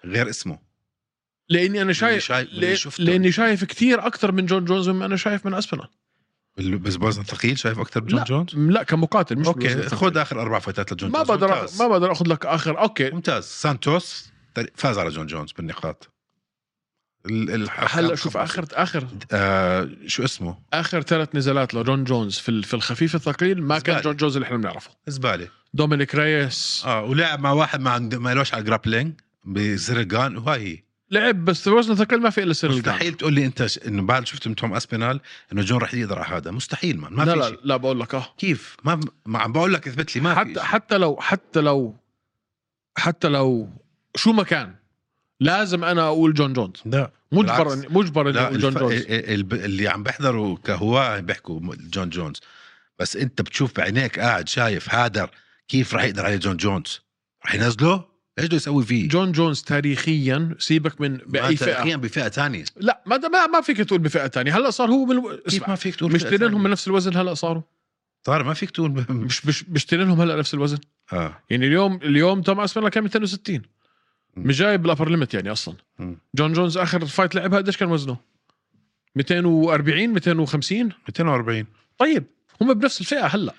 S3: غير اسمه
S1: لاني انا شايف
S3: شايف- من اللي
S1: لأ-
S3: شفته.
S1: لاني شايف كثير اكثر من جون جونز مما انا شايف من اسبينال
S3: بال- بس بوزن ثقيل شايف اكثر جون
S1: لا.
S3: جونز
S1: لا كمقاتل مش
S3: اوكي
S1: بالوزن.
S3: خذ اخر اربع فايتات لجون
S1: ما
S3: جونز
S1: بقدر
S3: ممتاز.
S1: ما بقدر اخذ لك اخر اوكي
S3: ممتاز سانتوس تاري- فاز على جون جونز بالنقاط ال... ال...
S1: هلا شوف اخر اخر
S3: آه شو اسمه
S1: اخر ثلاث نزالات لجون جونز في ال- في الخفيف الثقيل ما كان
S3: زبالة.
S1: جون جونز اللي احنا بنعرفه
S3: زباله
S1: دومينيك ريس
S3: اه ولعب مع واحد ما عنده ما لوش على الجرابلينج بزرقان وهاي هي
S1: لعب بس وزنه ثقيل ما في الا سيرجان
S3: مستحيل تقول لي انت ش- انه بعد شفت من توم اسبينال انه جون رح يقدر على هذا مستحيل مان ما
S1: لا
S3: في
S1: لا
S3: شيء
S1: لا بقول لك اه
S3: كيف ما ما عم بقول لك اثبت لي ما في
S1: حتى
S3: شيء.
S1: حتى لو حتى لو حتى لو شو ما كان لازم انا اقول جون جونز
S3: لا
S1: مجبر
S3: بالعكس.
S1: إني- مجبر اني
S3: لا
S1: اقول جون
S3: الف... إيه.
S1: جونز
S3: ال- ال- اللي عم بيحضروا كهواة بيحكوا م- جون جونز بس انت بتشوف بعينيك قاعد شايف هادر كيف رح يقدر عليه جون جونز رح ينزله ايش بده يسوي فيه
S1: جون جونز تاريخيا سيبك من باي فئه
S3: تاريخيا بفئه ثانيه
S1: لا ما ما ما فيك تقول بفئه تانية هلا صار هو من
S3: كيف
S1: اسمع
S3: ما فيك تقول فئة
S1: مشترينهم
S3: تانية؟
S1: من نفس الوزن هلا صاروا
S3: طار ما فيك تقول
S1: مش مش مشترينهم هلا نفس الوزن
S3: اه
S1: يعني اليوم اليوم توم اسبينال كان 260 مش جايب الابر ليمت يعني اصلا
S3: م.
S1: جون جونز اخر فايت لعبها قديش كان وزنه 240 250
S3: 240
S1: طيب هم بنفس الفئه هلا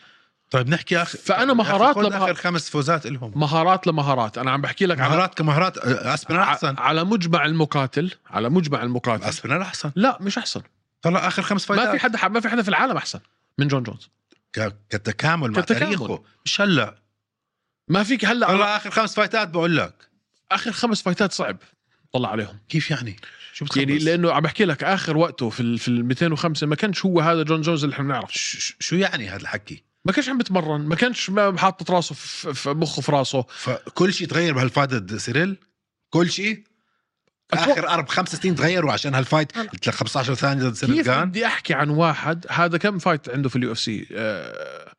S3: طيب نحكي اخر
S1: فأنا مهارات
S3: خذ
S1: لما-
S3: اخر خمس فوزات لهم
S1: مهارات لمهارات انا عم بحكي لك على
S3: مهارات كمهارات آه، اسبينال احسن
S1: نعم. ع- على مجمع المقاتل على مجمع المقاتل
S3: اسبينال احسن
S1: لا مش احسن
S3: طلع اخر خمس فايتات
S1: ما في حدا ما في حدا في العالم احسن من جون جونز
S3: ك- كتكامل مع
S1: كتكامل.
S3: تاريخه مش هلا
S1: ما فيك هلا
S3: طلع اخر خمس فايتات بقول لك
S1: اخر خمس فايتات صعب طلع عليهم
S3: كيف يعني؟ شو بتخلص؟
S1: يعني لانه عم بحكي لك اخر وقته في ال- في ال 205 ما كانش هو هذا جون جونز اللي احنا بنعرفه
S3: ش- ش- شو يعني هذا الحكي؟
S1: ما كانش عم بتمرن ما كانش ما- حاطط راسه في في مخه في راسه
S3: فكل شيء تغير بهالفايت سيريل كل شيء
S1: أتوقع-
S3: اخر اربع خمس سنين تغيروا عشان هالفايت قلت لك 15 ثانيه ضد سيريل
S1: كيف
S3: كان
S1: بدي احكي عن واحد هذا كم فايت عنده في اليو اف سي آه،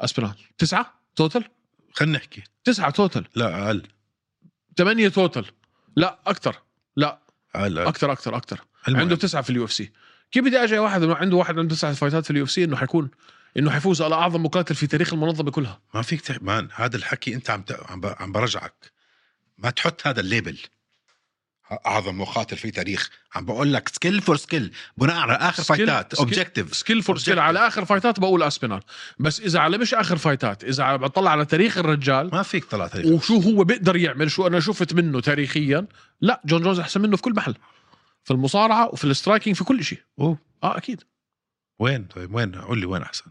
S1: اسبينال تسعه توتل
S3: خلينا نحكي
S1: تسعه توتل
S3: لا اقل
S1: ثمانيه توتل لا اكثر لا
S3: اقل أقل.
S1: اكثر اكثر اكثر
S3: أه. المهم.
S1: عنده تسعه في اليو اف سي كيف بدي اجي واحد إنه عنده واحد عنده تسعه فايتات في اليو اف سي انه حيكون انه حيفوز على اعظم مقاتل في تاريخ المنظمه كلها
S3: ما فيك تح... مان هذا الحكي انت عم ت... عم, ب... عم برجعك ما تحط هذا الليبل اعظم مقاتل في تاريخ عم بقول لك سكيل فور سكيل بناء على اخر
S1: Skill-
S3: فايتات
S1: skill-
S3: اوبجكتيف
S1: سكيل فور سكيل على اخر فايتات بقول اسبينال بس اذا على مش اخر فايتات اذا على بطلع على تاريخ الرجال
S3: ما فيك طلع تاريخ
S1: وشو هو بيقدر يعمل شو انا شفت منه تاريخيا لا جون جونز احسن منه في كل محل في المصارعه وفي السترايكينج في كل شيء
S3: أوه.
S1: اه اكيد
S3: وين طيب وين قول لي وين احسن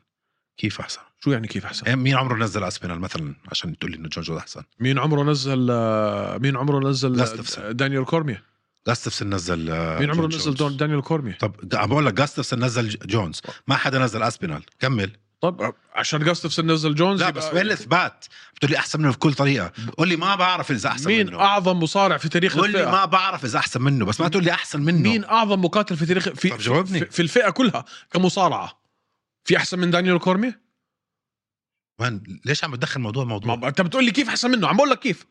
S3: كيف احسن
S1: شو يعني كيف احسن
S3: إيه، مين عمره نزل اسبينال مثلا عشان تقول لي انه جون جون احسن
S1: مين عمره نزل آه، مين عمره نزل آه،
S3: لاستفسر.
S1: دانيال كورميا
S3: جاستفسن نزل آه،
S1: مين عمره
S3: جون
S1: نزل
S3: جونز.
S1: دون دانيال كورميا
S3: طب عم بقول لك جاستفسن نزل ج- جونز ما حدا نزل اسبينال كمل
S1: طب عشان جاستفسون نزل جونز
S3: لا
S1: يبقى
S3: بس وين الاثبات بتقول لي احسن منه بكل طريقه قول لي ما بعرف اذا احسن
S1: مين
S3: منه
S1: اعظم مصارع في تاريخ
S3: قول لي
S1: الفئه
S3: ما بعرف اذا احسن منه بس ما تقول لي احسن منه
S1: مين اعظم مقاتل في تاريخ في
S3: طب جاوبني.
S1: في, في الفئه كلها كمصارعه في احسن من دانيال كورمي
S3: وين ليش عم بتدخل موضوع موضوع
S1: ما ب- انت بتقول لي كيف احسن منه عم بقول لك كيف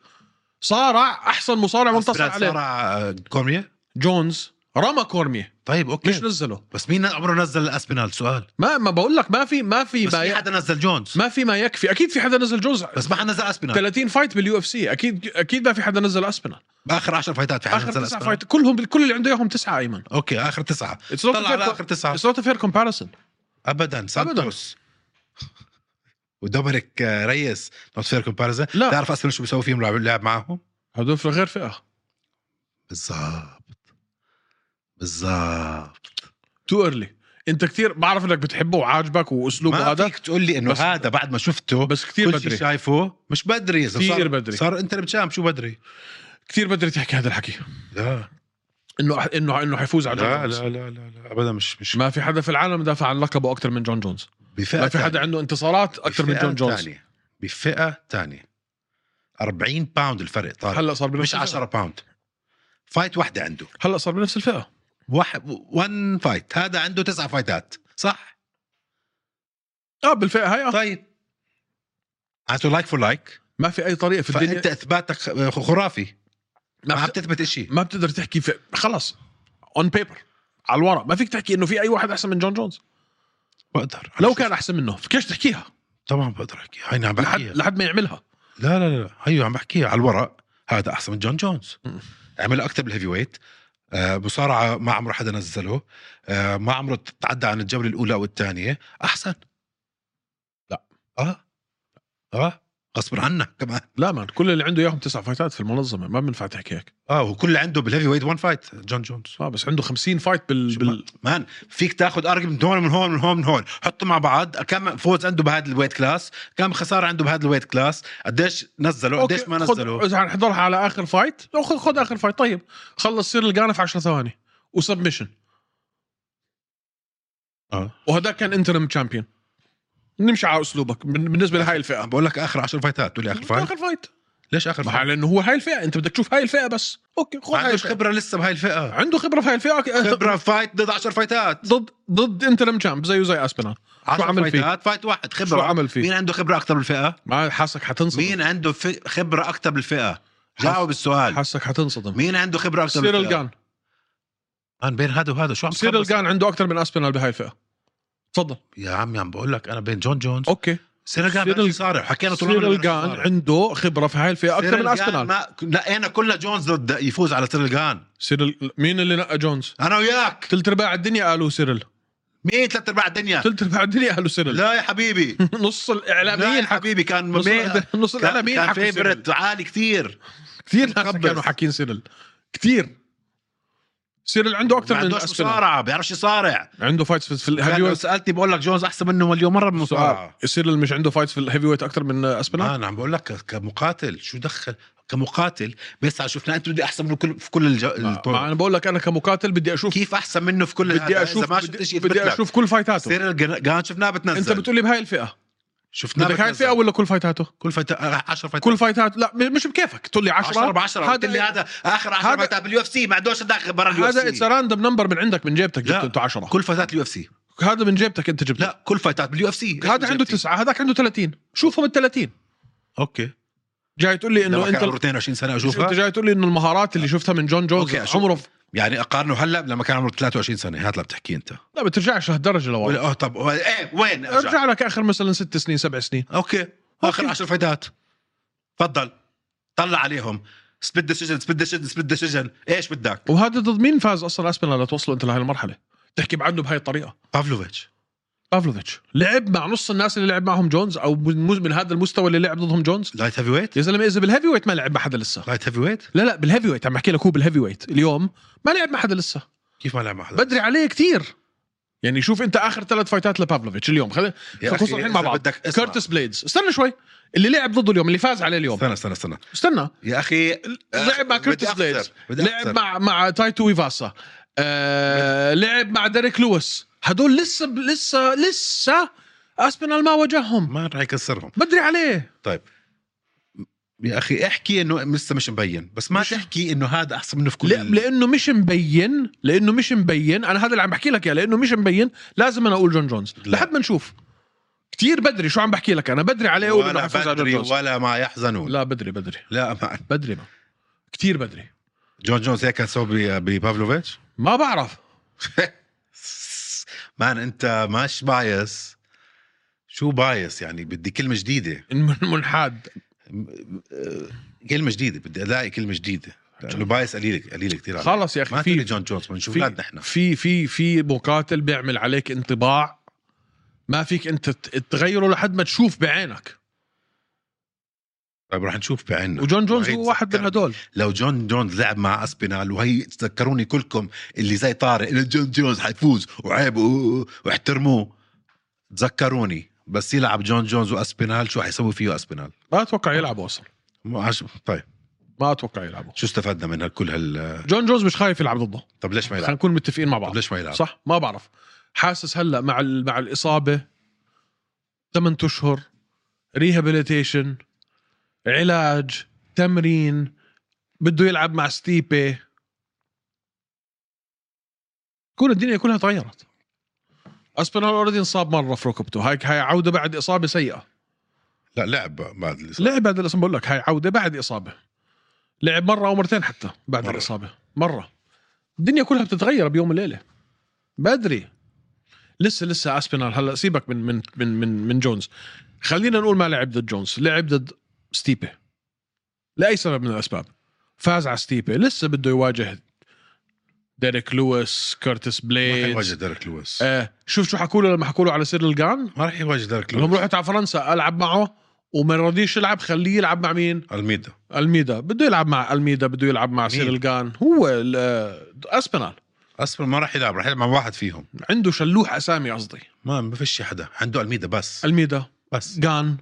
S1: صارع احسن مصارع منتصر
S3: أسبينال
S1: عليه
S3: صارع آه، كورميه
S1: جونز رمى كورمي
S3: طيب
S1: مش
S3: اوكي
S1: نزله
S3: بس مين عمره نزل الاسبينال سؤال
S1: ما ما بقول لك ما في ما في
S3: بس
S1: ما,
S3: في نعم.
S1: ي...
S3: حدا نزل جونز
S1: ما في ما يكفي اكيد في حدا نزل جونز
S3: بس ما حدا نزل اسبينال
S1: 30 فايت باليو اف سي اكيد اكيد ما في حدا نزل اسبنا
S3: باخر 10 فايتات في حدا
S1: اخر
S3: نزل
S1: تسعة
S3: اسبينال
S1: فايت كلهم كل اللي عنده اياهم تسعه ايمن
S3: اوكي اخر تسعه
S1: It's not
S3: طلع
S1: fair
S3: على
S1: co-
S3: اخر تسعه
S1: It's not a fair comparison
S3: ابدا سانتوس ودومينيك آه، ريس نوت فير كومباريزن
S1: لا.
S3: بتعرف اسبينال شو بيسوي فيهم لعب لعب معاهم
S1: هدول في آه. غير فئه
S3: بالظبط بالظبط
S1: تو ايرلي انت كثير بعرف انك بتحبه وعاجبك واسلوبه
S3: ما
S1: هذا
S3: فيك تقول لي انه
S1: بس-
S3: هذا بعد ما شفته
S1: بس كثير
S3: كل شيء
S1: بدري
S3: شايفه مش بدري إذا
S1: كتير
S3: صار-
S1: بدري.
S3: صار انت البتشام شو بدري
S1: كثير بدري تحكي هذا الحكي
S3: لا
S1: انه انه انه حيفوز على جون
S3: لا
S1: جونز
S3: لا لا, لا, لا ابدا مش مش
S1: ما في حدا في العالم دافع عن لقبه اكثر من جون جونز
S3: بفئه
S1: ما في حدا عنده انتصارات اكثر من جون جونز
S3: تانية. بفئه ثانيه 40 باوند الفرق طارق
S1: هلا صار بنفس
S3: مش
S1: الفئة.
S3: 10 باوند فايت واحده عنده
S1: هلا صار بنفس الفئه
S3: واحد وان فايت هذا عنده تسع فايتات صح
S1: اه بالفئه هاي آه.
S3: طيب معناته لايك فور لايك
S1: ما في اي طريقه في الدنيا
S3: فانت اثباتك خ- خرافي ما
S1: ما
S3: عم
S1: بت-
S3: تثبت شيء
S1: ما بتقدر تحكي في خلص اون بيبر على الورق ما فيك تحكي انه في اي واحد احسن من جون جونز
S3: بقدر
S1: لو كان احسن منه فيكش تحكيها
S3: طبعا بقدر احكي هيني عم
S1: لحد
S3: بحكيها
S1: لحد ما يعملها
S3: لا لا لا هيو عم بحكيها على الورق هذا احسن من جون جونز
S1: م.
S3: عمل اكثر بالهيفي ويت آه، مصارعه ما عمره حدا نزله آه، ما عمره تعدى عن الجوله الاولى او الثانيه احسن
S1: لا.
S3: اه اه غصب عنك كمان
S1: لا مان كل اللي عنده اياهم تسع فايتات في المنظمه ما بينفع تحكي هيك
S3: اه وكل اللي عنده بالهيفي ويت وان فايت جون جونز
S1: اه بس عنده 50 فايت بال,
S3: شو
S1: بال...
S3: مان فيك تاخذ ارجمنت من هون من هون من هون من هون حطه مع بعض كم فوز عنده بهذا الويت كلاس كم خساره عنده بهذا الويت كلاس قديش نزلوا قديش ما نزلوا
S1: خد اذا حنحضرها على اخر فايت أو خد خد اخر فايت طيب خلص سير القانه في 10 ثواني وسبمشن
S3: آه.
S1: وهذا كان انترم تشامبيون نمشي على اسلوبك بال- بالنسبه لهاي الفئه
S3: عم بقول لك اخر 10 فايتات تقول لي اخر فايت
S1: اخر فايت
S3: ليش اخر
S1: ما هي-
S3: فايت؟
S1: لانه هو هاي الفئه انت بدك تشوف هاي الفئه بس اوكي خد
S3: ما
S1: هاي
S3: عندوش
S1: الفئه
S3: خبره لسه بهاي الفئه
S1: عنده خبره في هاي الفئه
S2: *laughs*
S3: خبره فايت ضد 10 فايتات
S1: ضد ضد انترم تشامب زيه زي اسبينال
S3: 10
S1: عمل فيه؟
S3: فايتات فايت واحد خبره
S1: شو عمل فيه؟
S3: مين عنده خبره اكثر بالفئه؟
S1: ما حاسك حتنصدم
S3: مين عنده في- خبره اكثر بالفئه؟
S1: حس-
S3: جاوب السؤال
S1: حاسك حتنصدم
S3: مين عنده خبره اكثر
S1: سير
S3: بالفئه؟
S1: الجان
S3: مان بين هذا وهذا شو عم
S1: سير
S3: تخبص؟
S1: الجان عنده اكثر من اسبينال بهاي الفئه تفضل
S3: يا عمي عم بقول لك انا بين جون جونز
S1: اوكي
S3: سيرجان
S1: سيرل-
S3: سيرل... صارع حكينا طول
S1: سير الجان عنده خبره في هاي الفئه اكثر من اسبينال
S3: ما لقينا كلنا جونز ضد يفوز على سيرجان
S1: سيرل مين اللي نقى جونز
S3: انا وياك
S1: ثلث ارباع الدنيا قالوا سيرل
S3: مين ثلاث ارباع الدنيا
S1: ثلث ارباع الدنيا قالوا سيرل
S3: لا يا حبيبي
S1: *laughs* نص
S3: لا يا
S1: الاعلاميين حكوا
S3: حبيبي كان
S1: نص
S3: مي-
S1: الإعلام- نص
S3: كان,
S1: الاعلاميين
S3: كان
S1: حكوا سيرل
S3: فيفرت عالي كثير
S1: كثير ناس
S3: مخبص.
S1: كانوا حاكين سيرل كثير بصير اللي عنده اكثر
S2: ما
S1: من
S2: عندوش
S1: اسبنا
S2: مصارعه بيعرفش يصارع
S1: عنده فايتس في- في الهيفي
S2: لو
S1: ويت
S2: سالتني بقول لك جونز احسن منه مليون مره
S1: سؤال
S2: بالمصارعه
S1: يصير اللي مش عنده فايتس في الهيفي ويت اكثر من اسبنا
S2: ما انا عم آه، نعم، بقول لك ك- كمقاتل شو دخل كمقاتل بس شفنا انت بدي احسن منه كل في كل الج...
S1: ما
S2: الطرق
S1: انا بقول لك انا كمقاتل بدي اشوف
S2: كيف احسن منه في كل
S1: بدي
S2: هذا؟
S1: اشوف
S2: إذا ما شفت
S1: بدي,
S2: شيء
S1: بدي اشوف كل فايتاته
S2: سير الجان شفناها بتنزل
S1: انت بتقول لي بهاي الفئه
S2: شفناها
S1: بدك هاي الفئه ولا كل فايتاته
S2: كل آه، فايت 10 فايت
S1: كل فايتاته لا م- مش بكيفك تقول لي 10
S2: 10 ب 10 قلت لي هذا اخر 10
S1: هذا-
S2: فايتات باليو اف سي ما عندوش دخل برا اليو
S1: هذا
S2: اف
S1: اتس
S2: سي
S1: راندوم نمبر من عندك من جيبتك
S2: لا.
S1: جبت انت 10
S2: كل فايتات اليو اف سي
S1: هذا من جيبتك انت جبته
S2: لا كل فايتات باليو اف سي
S1: هذا عنده تسعه هذاك عنده 30 شوفهم ال 30
S2: اوكي
S1: جاي تقول لي انه
S2: انه
S1: انت
S2: عمره 22 سنه
S1: انت
S2: اشوفها
S1: جاي تقول لي انه المهارات اللي شفتها من جون جونز
S2: أوكي، أشوف.
S1: عمره في-
S2: يعني اقارنه هلا لما كان عمره 23 سنه هذا اللي بتحكي انت
S1: لا بترجعش لهالدرجه لورا
S2: ولا- اه طب و- ايه وين ارجع
S1: ارجع لك اخر مثلا ست سنين سبع سنين
S2: اوكي اخر
S1: أوكي.
S2: 10 فايتات تفضل طلع عليهم سبيد ديسيجن سبيد ديسيجن سبيد ديسيجن ايش بدك
S1: وهذا ضد مين فاز اصلا اسبنا لتوصلوا انت لهي المرحله تحكي عنه بهاي الطريقه
S2: بافلوفيتش
S1: بافلوفيتش لعب مع نص الناس اللي لعب معهم جونز او من من هذا المستوى اللي لعب ضدهم جونز
S2: لايت هيفي ويت
S1: يا زلمه اذا بالهيفي ويت ما لعب مع حدا لسه
S2: لايت هيفي ويت
S1: لا لا بالهيفي ويت عم بحكي لك هو بالهيفي ويت اليوم ما لعب مع حدا لسه
S2: كيف ما لعب مع حدا
S1: بدري عليه كتير يعني شوف انت اخر ثلاث فايتات لبافلوفيتش اليوم خلينا
S2: يا
S1: نكون
S2: أخي،
S1: صريحين مع
S2: إذا
S1: بعض
S2: بدك اسمع.
S1: كيرتس بليدز استنى شوي اللي لعب ضده اليوم اللي فاز عليه اليوم
S3: استنى استنى استنى
S1: استنى
S2: يا اخي
S1: لعب مع
S2: بدي
S1: كيرتس
S2: أخسر،
S1: بليدز
S2: بدي
S1: لعب
S2: أخسر.
S1: مع مع تايتو ويفاسا آه لعب مع ديريك لويس هدول لسه لسه لسه اسبينال ما واجههم
S3: ما راح يكسرهم
S1: بدري عليه
S2: يا اخي احكي انه لسه مش مبين بس ما
S1: مش-
S2: تحكي انه هذا احسن منه في كل
S1: لا- لانه مش مبين لانه مش مبين انا هذا اللي عم بحكي لك اياه لانه مش مبين لازم انا اقول جون جونز
S2: لا.
S1: لحد ما نشوف كتير بدري شو عم بحكي لك انا بدري عليه اقول انه
S2: ولا
S1: حفوز على جون
S2: بدري
S1: جونز
S2: ولا ما يحزنون لا,
S1: لا بدري بدري
S2: لا ما.
S1: بدري ما كتير بدري
S2: جون جونز هيك كان سوى ب- ببافلوفيتش
S1: ما بعرف
S2: مان انت ماش بايس شو بايس يعني بدي كلمه جديده
S1: من- منحاد
S2: كلمه جديده بدي الاقي كلمه جديده لانه بايس قليل قليل كثير عليه.
S1: خلص يا
S2: ما
S1: اخي
S2: تقولي
S1: في
S2: جون جونز بنشوف
S1: في-
S2: اولاد نحن
S1: في في في مقاتل بيعمل عليك انطباع ما فيك انت ت- تغيره لحد ما تشوف بعينك
S2: طيب رح نشوف
S3: نعم.
S2: بعيننا
S1: وجون جونز
S2: وهي
S1: هو واحد من
S2: تذكرني.
S1: هدول
S2: لو جون جونز لعب مع اسبينال وهي تذكروني كلكم اللي زي طارق انه جون جونز حيفوز وعيب و- واحترموه تذكروني بس يلعب جون جونز واسبينال شو حيسوي فيه اسبينال
S1: ما اتوقع يلعبوا اصلا
S2: ما عش... طيب
S1: ما اتوقع يلعبوا
S2: شو استفدنا من هالكل هال
S1: جون جونز مش خايف يلعب ضده
S2: طب ليش ما
S1: خلينا
S2: يلعب
S1: نكون متفقين مع بعض
S2: طب ليش ما يلعب
S1: صح ما بعرف حاسس هلا مع ال- مع الاصابه 8 اشهر ريهابيليتيشن علاج تمرين بده يلعب مع ستيبي كل الدنيا كلها تغيرت اسبينال اوريدي انصاب مره في ركبته هاي هاي عوده بعد اصابه سيئه
S3: لا لعب بعد اللي صار.
S1: لعب بعد الاصابه بقول لك هاي عوده بعد اصابه لعب مره او مرتين حتى بعد
S3: مرة.
S1: مرة. الاصابه مره الدنيا كلها بتتغير بيوم وليله بدري لسه لسه اسبينال هلا سيبك من من من من, من جونز خلينا نقول ما لعب ضد جونز لعب ضد ستيبي لاي سبب من الاسباب فاز على ستيبي لسه بده يواجه ديريك لويس كورتس
S3: ما راح يواجه
S1: بليدز
S3: ديريك لويس
S1: آه شوف شو حكوا له لما حكوا له على سير الجان
S3: ما راح يواجه ديريك
S1: لهم
S3: لويس
S1: رحت على فرنسا العب معه وما رضيش يلعب خليه يلعب مع مين؟
S3: الميدا
S1: الميدا بده يلعب مع الميدا بده يلعب مع سيرلغان هو ال- آه، اسبينال
S3: اصلا ما راح يلعب راح يلعب مع واحد فيهم
S1: عنده شلوح اسامي قصدي
S3: ما ما فيش شي حدا عنده الميدا بس
S1: الميدا
S3: بس
S1: جان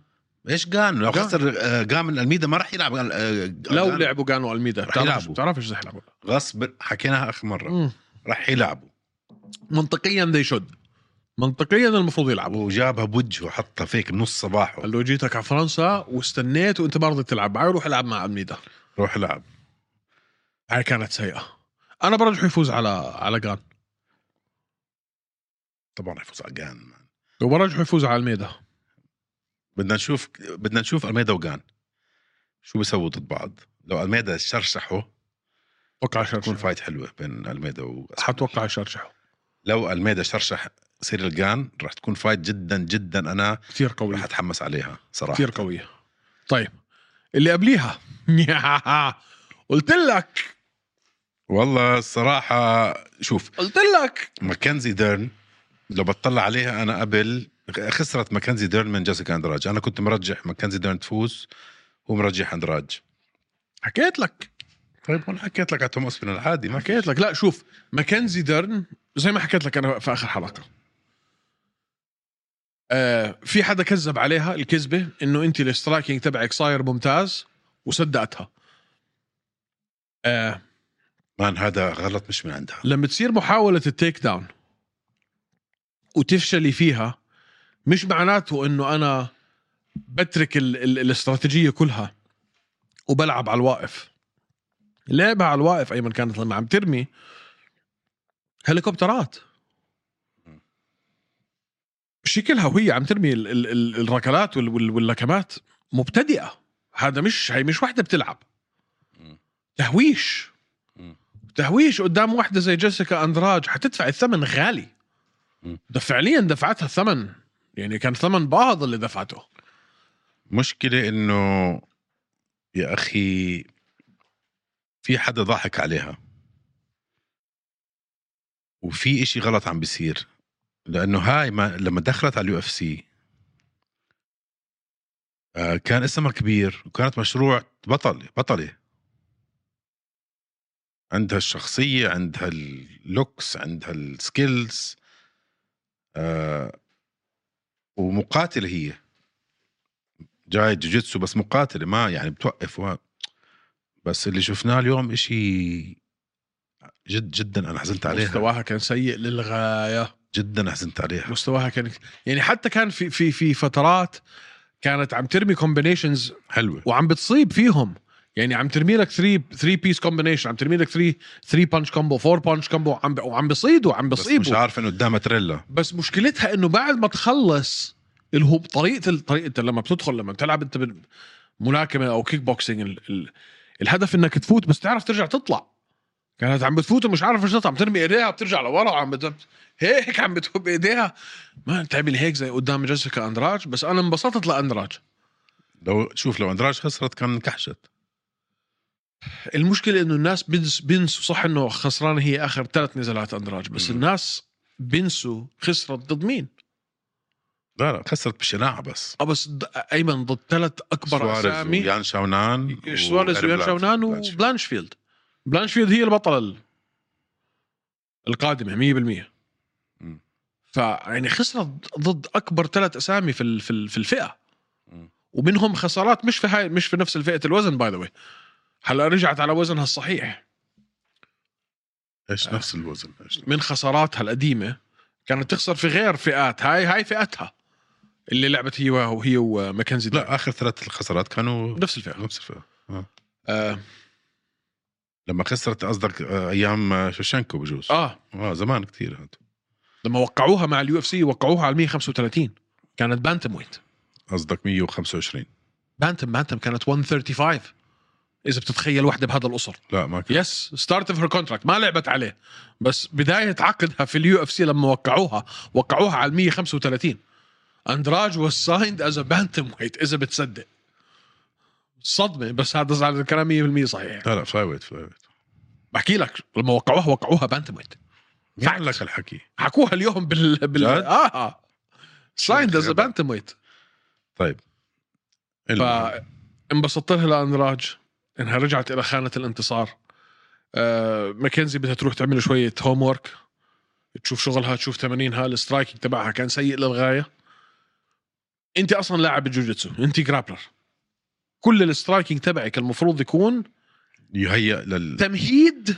S3: ايش قان لو
S1: جان.
S3: خسر آه، جان من الميدا ما راح يلعب آه،
S1: لو
S3: جان
S1: لعبوا جان والميدا
S3: رح
S1: بتعرفش
S3: يلعبوا.
S1: بتعرفش ايش رح يلعبوا
S3: غصب حكيناها اخر مره
S1: مم.
S3: راح يلعبوا
S1: منطقيا ذي شد منطقيا المفروض يلعبوا
S3: وجابها بوجهه حطها فيك بنص صباحه
S1: قال له جيتك على فرنسا واستنيت وانت ما رضيت تلعب معي روح العب مع الميدا
S3: روح العب
S1: هاي كانت سيئه انا برجحه يفوز على على جان
S3: طبعا راح يفوز على جان مان.
S1: وبرجحه يفوز على الميدا
S3: بدنا نشوف بدنا نشوف الميدا وجان شو بيسووا ضد بعض لو الميدا شرشحه
S1: اتوقع
S3: تكون
S1: شرشحه
S3: فايت حلوه بين الميدا و
S1: حتوقع يشرشحه
S3: لو الميدا شرشح سيريل جان راح تكون فايت جدا جدا انا
S1: كثير قوي
S3: راح اتحمس عليها صراحه
S1: كثير قوية طيب اللي قبليها *laughs* قلت لك
S3: والله الصراحه شوف
S1: قلت لك
S3: ماكنزي ديرن لو بتطلع عليها انا قبل خسرت ماكنزي ديرن من جيسيكا اندراج انا كنت مرجح ماكنزي ديرن تفوز ومرجح اندراج
S1: حكيت لك
S3: طيب هون حكيت لك على توماس بن العادي ما
S1: حكيت لك لا شوف ماكنزي ديرن زي ما حكيت لك انا في اخر حلقه آه في حدا كذب عليها الكذبه انه انت الاسترايكنج تبعك صاير ممتاز وصدقتها آه
S3: مان هذا غلط مش من عندها
S1: لما تصير محاوله التيك داون وتفشلي فيها مش معناته انه انا بترك ال ال الاستراتيجيه كلها وبلعب على الواقف لعبها على الواقف ايمن كانت لما عم ترمي هليكوبترات شكلها وهي عم ترمي ال ال ال الركلات وال وال واللكمات مبتدئه هذا مش هي مش وحده بتلعب تهويش تهويش قدام وحده زي جيسيكا اندراج حتدفع الثمن غالي ده فعليا دفعتها الثمن يعني كان ثمن باهظ اللي دفعته
S3: مشكلة انه يا اخي في حدا ضحك عليها وفي اشي غلط عم بيصير لانه هاي ما لما دخلت على اليو اف سي آه، كان اسمها كبير وكانت مشروع بطل بطلة عندها الشخصية عندها اللوكس عندها السكيلز آه ومقاتلة هي جاي جوجيتسو بس مقاتلة ما يعني بتوقف و... بس اللي شفناه اليوم اشي جد جدا انا حزنت عليها
S1: مستواها كان سيء للغاية
S3: جدا حزنت عليها
S1: مستواها كان يعني حتى كان في في في فترات كانت عم ترمي كومبينيشنز
S3: حلوة
S1: وعم بتصيب فيهم يعني عم ترمي لك 3 3 بيس كومبينيشن عم ترمي لك 3 3 بانش كومبو 4 بانش كومبو عم ب... وعم بيصيدوا عم بيصيبوا
S3: بس مش عارف انه قدامها تريلا
S1: بس مشكلتها انه بعد ما تخلص اللي هو طريقه طريقه لما بتدخل لما بتلعب انت ملاكمه او كيك بوكسينج ال... ال... الهدف انك تفوت بس تعرف ترجع تطلع كانت عم بتفوت ومش عارف ايش تطلع عم ترمي ايديها بترجع لورا عم بت... هيك عم بتهب بايديها ما تعمل هيك زي قدام جيسيكا اندراج بس انا انبسطت لاندراج
S3: لو شوف لو اندراج خسرت كان انكحشت
S1: المشكله انه الناس بنس بنسوا صح انه خسرانه هي اخر ثلاث نزالات اندراج بس
S3: مم.
S1: الناس بنسوا خسرت ضد مين
S3: لا لا خسرت بشناعة بس
S1: اه بس ض- ايمن ضد ثلاث اكبر
S3: سواريز
S1: اسامي
S3: ويان شاونان
S1: سواريز ويان
S3: وإيرين بلاد-
S1: شاونان
S3: بلادشفيلد.
S1: وبلانشفيلد بلانشفيلد هي البطله ال- القادمه 100%
S3: مم.
S1: فيعني يعني خسرت ضد اكبر ثلاث اسامي في ال- في ال- في الفئه
S3: مم.
S1: ومنهم خسارات مش في هاي مش في نفس الفئه الوزن باي ذا واي هلا رجعت على وزنها الصحيح آه.
S3: ايش نفس الوزن ايش
S1: من خساراتها القديمه كانت تخسر في غير فئات هاي هاي فئتها اللي لعبت هي وهي وماكنزي
S3: لا اخر ثلاث الخسارات كانوا
S1: نفس الفئه
S3: نفس الفئة
S1: آه,
S3: لما خسرت قصدك آه، ايام آه، شوشنكو بجوز
S1: اه
S3: اه زمان كثير هاد
S1: لما وقعوها مع اليو اف سي وقعوها على 135 كانت بانتم ويت
S3: قصدك 125
S1: بانتم بانتم كانت 135 اذا بتتخيل واحده بهذا القصر
S3: لا ما كان
S1: يس ستارت اوف هير كونتراكت ما لعبت عليه بس بدايه عقدها في اليو اف سي لما وقعوها وقعوها على 135 اندراج واز سايند از بانتم ويت اذا بتصدق صدمه بس هذا على الكلام 100% صحيح
S3: لا لا فلاي ويت فلاي ويت
S1: بحكي لك لما وقعوها وقعوها بانتم ويت
S3: مين قال لك الحكي
S1: حكوها اليوم بال بال
S3: جد؟
S1: اه سايند از
S3: غباء.
S1: بانتم ويت
S3: طيب المهم.
S1: فانبسطت لها لاندراج انها رجعت الى خانه الانتصار آه ماكنزي بدها تروح تعمل شويه هوم ورك تشوف شغلها تشوف تمارينها السترايكنج تبعها كان سيء للغايه انت اصلا لاعب جوجيتسو انت جرابلر كل السترايكنج تبعك المفروض يكون
S3: يهيأ لل
S1: تمهيد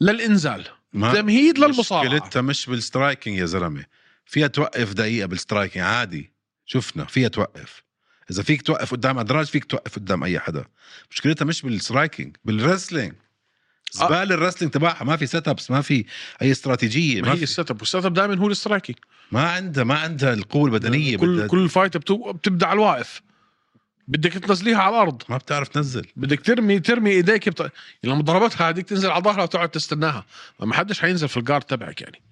S1: للانزال
S3: ما-
S1: تمهيد للمصارعه
S3: مشكلتها مش بالسترايكنج يا زلمه فيها توقف دقيقه بالسترايكنج عادي شفنا فيها توقف اذا فيك توقف قدام ادراج فيك توقف قدام اي حدا مشكلتها مش بالسترايكنج بالرسلينج زبال الرسلينج تبعها ما في سيت ابس ما في اي استراتيجيه
S1: ما
S3: ما,
S1: هي
S3: في
S1: السيت اب والسيت اب دائما هو السترايكنج
S3: ما عندها ما عندها القوه البدنيه
S1: كل
S3: بدها-
S1: كل فايت بتو- بتبدا على الواقف بدك تنزليها على الارض
S3: ما بتعرف تنزل
S1: بدك ترمي ترمي ايديك بط... يعني لما ضربتها هذيك تنزل على ظهرها وتقعد تستناها ما حدش حينزل في الجارد تبعك يعني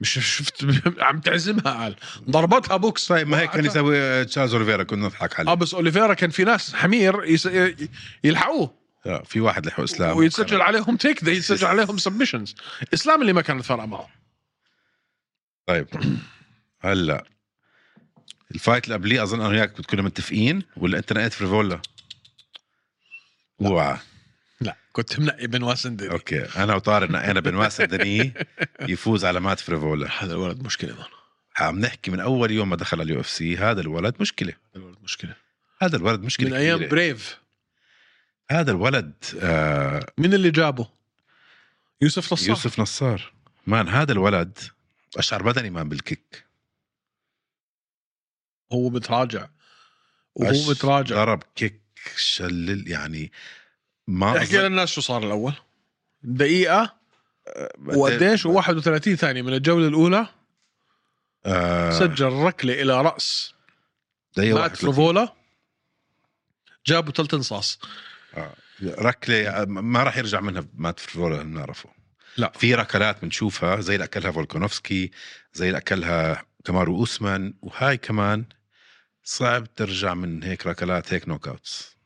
S1: مش شفت *laughs* عم تعزمها قال ضربتها بوكس
S3: طيب ما هيك
S1: وقعتها.
S3: كان يسوي تشارلز اوليفيرا كنا نضحك
S1: اه
S3: عليه آه.
S1: بس اوليفيرا كان في ناس حمير يس... ي- يلحقوه
S3: آه، في واحد لحق اسلام
S1: ويتسجل عليهم تيك ده يتسجل عليهم سبمشنز اسلام اللي ما كانت فارقه معه
S3: طيب هلا الفايت اللي قبليه اظن انا وياك كنا متفقين ولا انت نقيت فريفولا؟ اوعى
S1: لا كنت منقي بن واسندني
S3: اوكي انا وطارق نقينا بن واسن دني يفوز على مات فريفولا
S1: هذا الولد مشكله مان
S3: عم نحكي من اول يوم ما دخل على اليو اف سي هذا الولد مشكله
S1: الولد مشكله
S3: هذا الولد مشكله
S1: من ايام
S3: كبيرة.
S1: بريف
S3: هذا الولد آه
S1: مين اللي جابه؟ يوسف نصار يوسف
S3: يوسف نصار مان هذا الولد اشعر بدني مان بالكيك
S1: هو متراجع
S3: أش-
S1: وهو متراجع
S3: ضرب كيك شلل يعني ما
S1: احكي
S3: أظن-
S1: للناس شو صار الاول دقيقه
S3: أنت-
S1: وقديش و31 ثانيه من الجوله الاولى
S3: آه إيه،
S1: سجل ركله الى راس
S3: دقيقة
S1: مات
S3: 31.
S1: فروفولا جابوا ثلاث انصاص
S3: آه. ركله آه، ما راح يرجع منها مات فرفولا اللي بنعرفه
S1: لا.
S3: في ركلات بنشوفها زي اللي اكلها فولكانوفسكي زي اللي اكلها كمارو اوسمان وهاي كمان صعب ترجع من هيك ركلات هيك نوك اوتس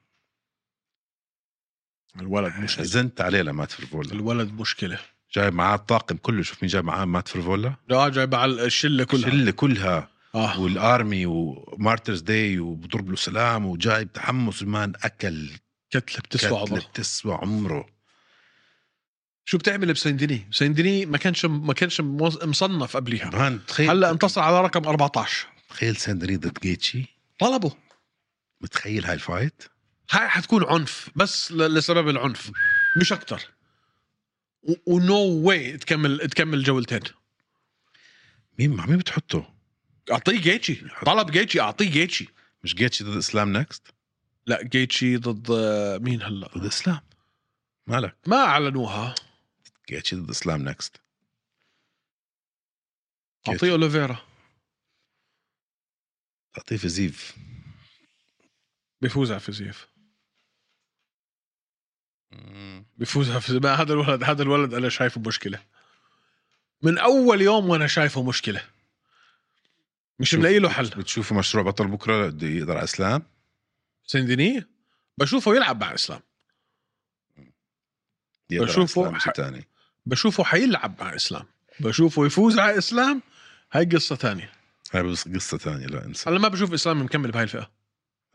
S1: الولد مشكله
S3: حزنت عليه لمات فرفولا
S1: الولد مشكله
S3: جايب معاه الطاقم كله شوف مين جايب معاه مات فرفولا
S1: راجع مع الشله كلها
S3: الشله كلها
S1: اه
S3: والارمي ومارترز داي وبضرب له سلام وجايب تحمس مان اكل
S1: كتله بتسوى
S3: كتله
S1: عضله
S3: بتسوى عمره
S1: شو بتعمل بسنديني؟ سنديني ما كانش ما كانش موز- مصنف قبليها
S3: مان تخيل
S1: هلا انتصر على رقم 14
S3: تخيل ساندري ضد جيتشي
S1: طلبه
S3: متخيل هاي الفايت
S1: هاي حتكون عنف بس ل- لسبب العنف مش اكتر ونو واي تكمل تكمل جولتين
S3: مين مع مين بتحطه؟
S1: اعطيه جيتشي طلب جيتشي اعطيه جيتشي
S3: مش جيتشي ضد اسلام نكست؟
S1: لا جيتشي ضد آه، مين هلا
S3: ضد اسلام مالك
S1: ما اعلنوها
S3: جيتشي ضد اسلام نكست
S1: اعطيه اوليفيرا
S3: تعطيه في زيف
S1: بيفوز على فيزيف بيفوز على فيزيف ما هذا الولد هذا الولد انا شايفه مشكله من اول يوم وانا شايفه مشكله مش ملاقي له حل
S3: بتشوفوا مشروع بطل بكره بده يقدر على اسلام
S1: سنديني بشوفه يلعب مع اسلام
S3: يقدر على
S1: بشوفه
S3: اسلام شيء
S1: ح-
S3: ثاني
S1: بشوفه حيلعب مع اسلام بشوفه يفوز على اسلام هاي قصه تانية
S3: هاي بس قصه ثانيه لا انسى
S1: هلا ما بشوف اسلام مكمل بهاي الفئه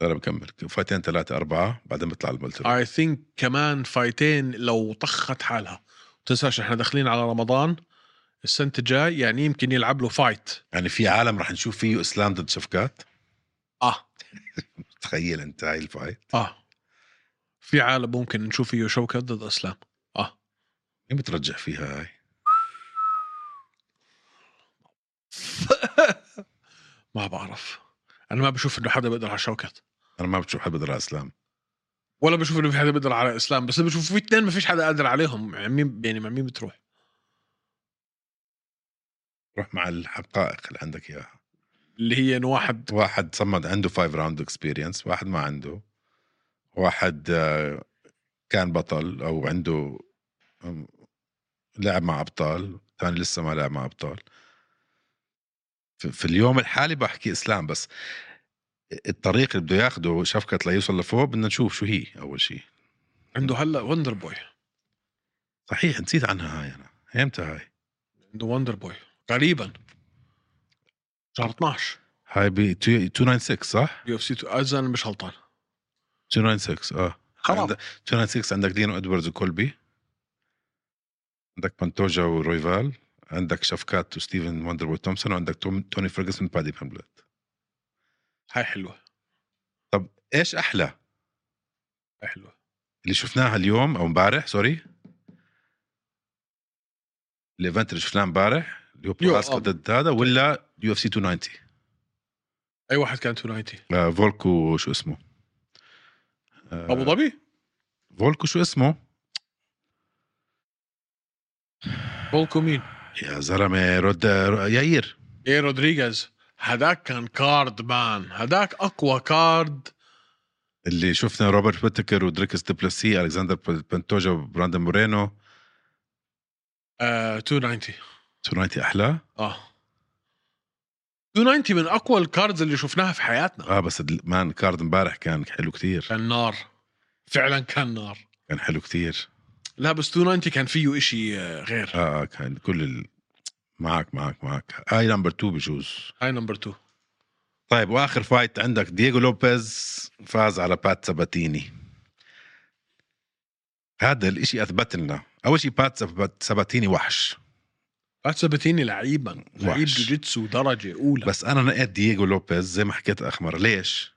S3: انا بكمل فايتين ثلاثه اربعه بعدين بيطلع البلتر
S1: اي ثينك كمان فايتين لو طخت حالها تنساش احنا داخلين على رمضان السنه الجاي يعني يمكن يلعب له فايت
S3: يعني في عالم رح نشوف فيه اسلام ضد شفكات
S1: اه
S3: تخيل انت هاي الفايت
S1: اه في عالم ممكن نشوف فيه شوكه ضد اسلام اه
S3: مين بترجح فيها هاي؟
S1: ما بعرف انا ما بشوف انه حدا بيقدر على شوكت
S3: انا ما بشوف حدا بيقدر على اسلام
S1: ولا بشوف انه في حدا بيقدر على اسلام بس بشوف في اثنين ما فيش حدا قادر عليهم يعني مين يعني مع مين بتروح
S3: روح مع الحقائق اللي عندك اياها
S1: اللي هي انه واحد
S3: واحد صمد عنده 5 راوند اكسبيرينس واحد ما عنده واحد آه، كان بطل او عنده أم، لعب مع ابطال ثاني لسه ما لعب مع ابطال ف- في اليوم الحالي بحكي اسلام بس الطريق اللي بده ياخده شفكت ليوصل لفوق بدنا نشوف شو هي اول شيء
S1: عنده هلا وندر بوي
S3: صحيح نسيت عنها هاي انا امتى هاي
S1: عنده وندر بوي قريبا شهر 12
S3: هاي ب 296 صح
S1: يو اف سي اذا أنا مش غلطان
S3: 296 اه
S1: خراب
S3: عندك 296 عندك دينو ادواردز وكولبي عندك بانتوجا ورويفال عندك شفكات وستيفن واندربوي تومسون وعندك توم- توني فيرجسون بادي بامبلت
S1: هاي حلوه
S3: ايش احلى
S1: هاي حلوه
S3: اللي شفناها اليوم او امبارح سوري الايفنت اللي شفناه امبارح اللي هو
S1: يو،
S3: براسكا
S1: آه.
S3: ضد هذا ولا يو اف سي 290
S1: اي واحد كان 290
S3: آه، فولكو شو اسمه آه،
S1: ابو ظبي
S3: فولكو شو اسمه
S1: بولكو مين
S3: يا زلمه رد ياير
S1: ايه رودريغيز هداك كان كارد مان هداك اقوى كارد
S3: اللي شفنا روبرت بيتكر ودريكس ديبلاسي الكسندر بنتوجا وبراندن مورينو
S1: آه 290
S3: تونايتي احلى
S1: اه 290 من اقوى الكاردز اللي شفناها في حياتنا
S3: اه بس ال- مان كارد امبارح كان حلو كتير
S1: كان نار فعلا كان نار
S3: كان حلو كتير
S1: لا بس 290 كان فيه إشي آه، غير
S3: اه آه، كان كل ال... معك معك معك آه، هاي نمبر 2 بجوز
S1: هاي نمبر 2
S3: طيب واخر فايت عندك دييغو لوبيز فاز على بات سباتيني هذا الاشي اثبت لنا اول شيء بات سبت- سباتيني وحش
S1: بات سبتيني لعيب من لعيب
S3: وحش.
S1: جوجيتسو درجه اولى
S3: بس انا نقيت دييغو لوبيز زي ما حكيت اخمر ليش؟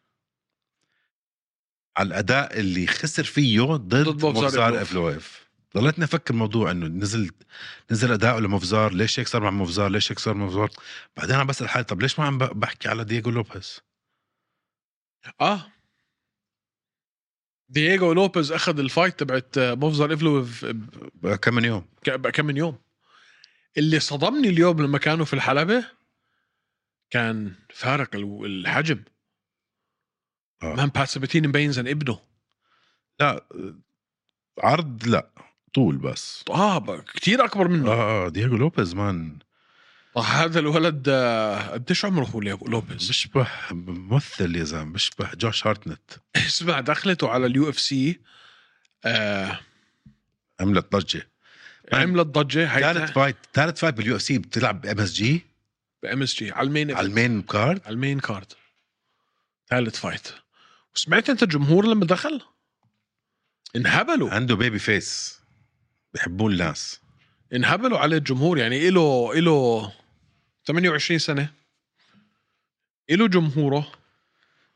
S3: على الاداء اللي خسر فيه
S1: ضد
S3: ضد
S1: مفزار
S3: مفزار
S1: إفلوف.
S3: افلويف ضليتني افكر الموضوع انه نزل نزل اداؤه لمفزار ليش هيك صار مع مفزار ليش هيك صار مع مفزار بعدين عم بسال حالي طب ليش ما عم ب- بحكي على دييغو لوبيز
S1: اه دييغو لوبيز اخذ الفايت تبعت آه، مفزر افلوف
S3: بقى كم من يوم
S1: ك- بقى كم من يوم اللي صدمني اليوم لما كانوا في الحلبة كان فارق ال- الحجم
S3: آه.
S1: مان بات سبتين مبين زن ابنه
S3: لا آه، عرض لا طول بس
S1: اه ب- كتير اكبر منه
S3: اه دييغو لوبيز مان
S1: آه. هذا الولد آه، قديش عمره هو ليو- لوبيز *laughs*
S3: بشبه ممثل يا زلمه بشبه جوش هارتنت
S1: اسمع دخلته على اليو اف سي
S3: عملت ضجه
S1: آه،
S3: آه.
S1: عملت ضجه
S3: ثالث
S1: هاي
S3: فايت ثالث فايت باليو اف سي بتلعب بام اس جي
S1: بام اس جي على المين
S3: على
S1: على
S3: المين كارد
S1: المين كارد ثالث فايت وسمعت انت الجمهور لما دخل انهبلوا
S3: عنده بيبي فيس بحبوه الناس
S1: انهبلوا على الجمهور يعني إله إله 28 سنة إله جمهوره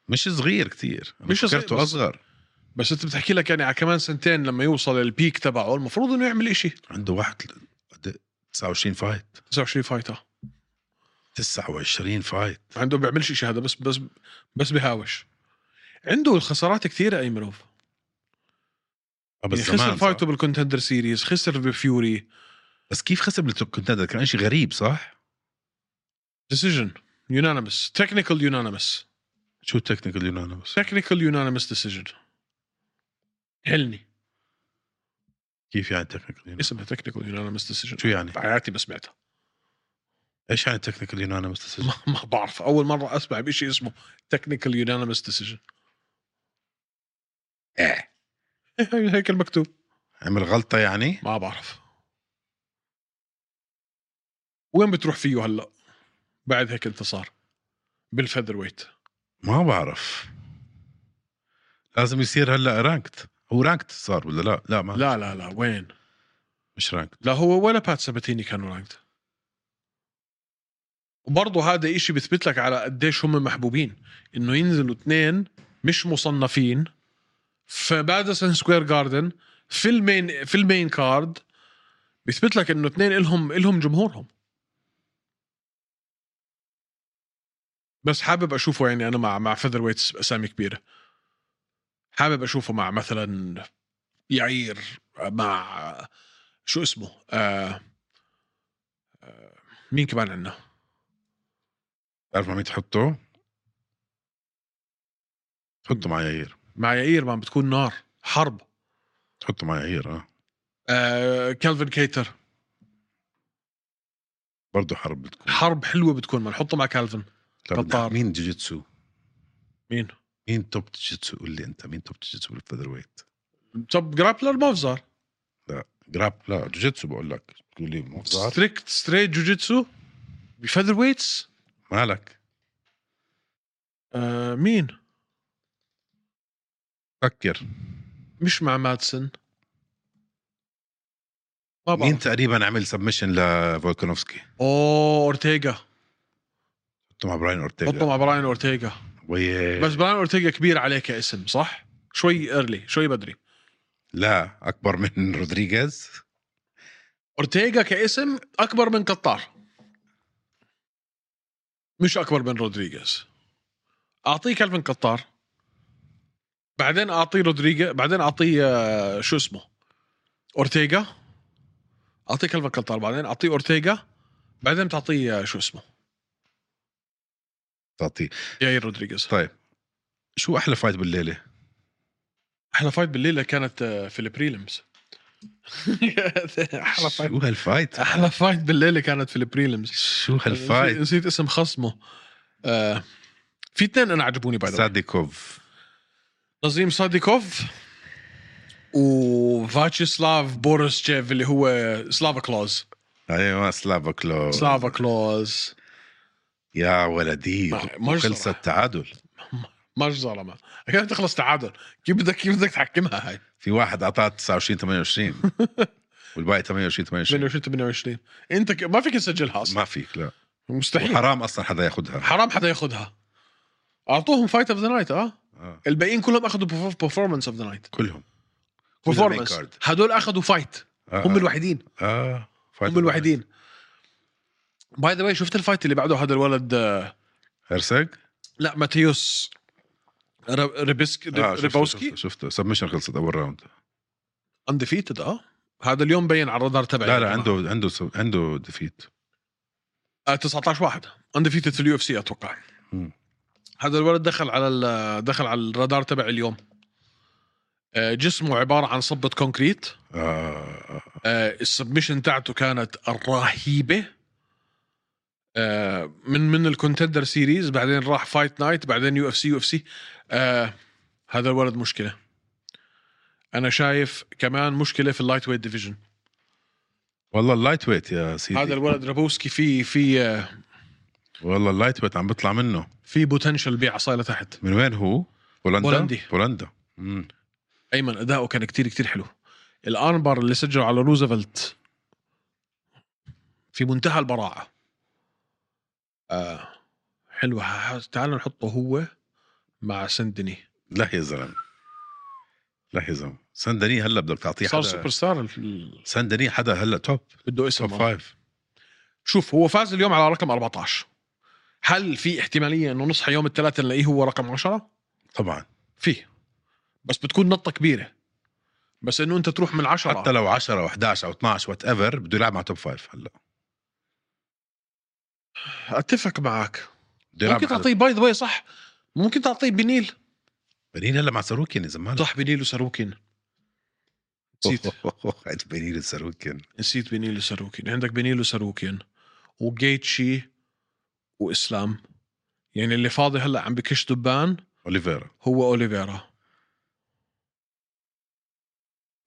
S3: مش صغير كتير أنا
S1: مش صغير
S3: فكرته
S1: بس-
S3: اصغر
S1: بس انت بتحكي لك يعني على كمان سنتين لما يوصل البيك تبعه المفروض انه يعمل إشي
S3: عنده واحد قد- 29 فايت
S1: 29 فايتة
S3: 29 فايت
S1: عنده بيعملش إشي هذا بس بس بس بهاوش عنده الخسارات كثيرة ايمنوف
S3: آه، بس
S1: يعني خسر
S3: زمان،
S1: فايته
S3: صح؟
S1: بالكونتندر سيريز خسر بفيوري
S3: بس كيف خسر بالكونتندر كان شيء غريب صح؟
S1: ديسيجن يونانيمس تكنيكال يونانيمس
S3: شو التكنيكال يونانوس؟
S1: تكنيكال يونانيمس ديسيجن حلني
S3: كيف يعني تكنيكال
S1: اسمها تكنيكال يونانيمس ديسيجن
S3: شو يعني؟
S1: بحياتي ما سمعتها *laughs*
S3: ايش يعني تكنيكال يونانوس
S1: ما, ما بعرف اول مره اسمع بشيء اسمه تكنيكال يونانيمس ديسيجن
S3: ايه
S1: إيه. *laughs* هيك المكتوب
S3: عمل غلطه يعني؟
S1: ما بعرف وين بتروح فيه هلا بعد هيك انتصار بالفيذر ويت
S3: ما بعرف لازم يصير هلا رانكت هو رانكت صار ولا لا؟ لا ما
S1: لا لا لا وين
S3: مش رانكت
S1: لا هو ولا بات ساباتيني كانوا راnked وبرضه هذا إشي بثبت لك على قديش هم محبوبين انه ينزلوا اثنين مش مصنفين في بادسون سكوير جاردن في المين في المين كارد بيثبت لك انه اثنين الهم الهم جمهورهم بس حابب اشوفه يعني انا مع مع فيذر ويتس اسامي كبيره حابب اشوفه مع مثلا يعير مع شو اسمه آه آه، مين كمان عندنا
S3: بتعرف مع مين تحطه؟ تحطه مع يعير
S1: مع يعير ما بتكون نار حرب
S3: تحطه مع يعير اه
S1: آه كالفن كيتر
S3: برضه حرب بتكون
S1: حرب حلوه بتكون ما نحطه مع كالفن
S3: طب بدنا-
S1: قطار.
S3: مين جوجيتسو؟
S1: مين
S3: مين توب جوجيتسو؟ قول لي انت مين توب جوجيتسو بالفيذر ويت؟
S1: طب جرابلر مفزر
S3: جراب لا جوجيتسو بقول لك تقول لي مفزار
S1: ستريكت ستريت جوجيتسو بفيذر ويتس
S3: مالك
S1: آه مين
S3: فكر
S1: مش مع مادسن ما
S3: مين
S1: بعرف
S3: تقريبا عمل سبمشن لفولكانوفسكي؟
S1: اوه اورتيغا
S3: حطه مع براين
S1: حطه
S3: اورتيغا
S1: مع براين اورتيغا
S3: وي-
S1: بس براين اورتيغا كبير عليه كاسم صح؟ شوي ايرلي شوي بدري
S3: لا اكبر من *laughs* رودريغيز
S1: اورتيغا كاسم اكبر من قطار مش اكبر من رودريغيز اعطيه كلفن قطار بعدين اعطيه رودريغيز بعدين اعطيه آه، شو اسمه اورتيغا اعطيه كلفن قطار بعدين اعطيه اورتيغا بعدين تعطيه آه، شو اسمه
S3: تعطيه
S1: ياير رودريغيز
S3: طيب شو احلى فايت بالليله؟
S1: احلى فايت بالليله كانت آه، في البريلمز احلى فايت
S3: شو هالفايت؟
S1: احلى فايت بالليله كانت في البريلمز
S3: شو
S1: نسيت- *laughs*
S3: هالفايت؟
S1: نسيت اسم خصمه آه في اثنين انا عجبوني بعد
S3: ساديكوف
S1: نظيم صاديكوف وفاتشيسلاف بوريسجيف اللي هو سلافا كلوز
S3: ايوه سلافا كلو
S1: سلافا كلوز
S3: يا ولدي
S1: ما- ما
S3: خلص
S1: جرح.
S3: التعادل
S1: ما ظلمه كانت تخلص تعادل كيف بدك كيف بدك تحكمها هاي
S3: في واحد اعطاه 29
S1: *laughs*
S3: 28 والباقي 28 28
S1: 28 28 انت ك... ما فيك تسجلها اصلا
S3: ما فيك لا
S1: مستحيل
S3: حرام اصلا حدا ياخذها
S1: حرام حدا ياخذها اعطوهم فايت اوف ذا نايت اه
S3: آه.
S1: الباقيين كلهم اخذوا بيرفورمانس اوف ذا نايت
S3: كلهم كلهم
S1: بيرفورمانس
S3: main card.
S1: هدول اخذوا فايت
S3: آه.
S1: هم الوحيدين
S3: اه فايت
S1: هم الوحيدين باي ذا واي شفت الفايت اللي بعده هذا الولد آه،
S3: هرسج
S1: لا ماتيوس ر- ريبسك
S3: آه، شفته،
S1: ريبوسكي
S3: شفته- شفته سبمشن خلصت اول راوند
S1: انديفيتد اه هذا اليوم بين على الرادار تبعي
S3: لا لا عنده عنده سب- عنده ديفيت
S1: آه، 19 واحد انديفيتد في اليو اف سي اتوقع
S3: مم.
S1: هذا الولد دخل على ال- دخل على الرادار تبعي اليوم آه، جسمه عباره عن صبه كونكريت
S3: آه آه.
S1: آه، السبمشن تاعته كانت رهيبه آه، من من الكونتندر سيريز بعدين راح فايت نايت بعدين يو اف سي يو اف سي آه، هذا الولد مشكله انا شايف كمان مشكله في اللايت ويت ديفيجن
S3: والله اللايت ويت يا سيدي
S1: هذا الولد رابوسكي في في آه،
S3: والله اللايت ويت عم بيطلع منه
S1: في بوتنشل بيع عصايه لتحت
S3: من وين هو؟ بولندا
S1: بولندي.
S3: بولندا مم.
S1: ايمن اداؤه كان كتير كتير حلو الارمبر اللي سجله على روزفلت في منتهى البراعه آه حلوه ح- تعال نحطه هو مع سندني
S3: لا يا زلمه لا يا زلمه ساندني هلا بدك تعطيه
S1: صار
S3: حدا
S1: سوبر ستار ال-
S3: ساندني حدا هلا توب
S1: بده
S3: توب
S1: اسمه
S3: فايف
S1: شوف هو فاز اليوم على رقم 14 هل في احتماليه انه نصحى يوم الثلاثاء نلاقيه هو رقم 10
S3: طبعا
S1: فيه بس بتكون نطه كبيره بس انه انت تروح من 10
S3: حتى لو 10 و11 او 12 وات ايفر بده يلعب مع توب فايف هلا
S1: اتفق معك
S3: بده يلعب
S1: ممكن
S3: مع حدا-
S1: تعطيه باي ذا صح ممكن تعطيه بنيل
S3: بنين هلا مع ساروكين يا زلمه
S1: صح بنيل وساروكين
S3: *laughs*
S1: نسيت
S3: عند بنين الساروكين
S1: نسيت بنيل وساروكين عندك بنيل وساروكين وجيتشي واسلام يعني اللي فاضي هلا عم بكش دبان
S3: اوليفيرا
S1: هو اوليفيرا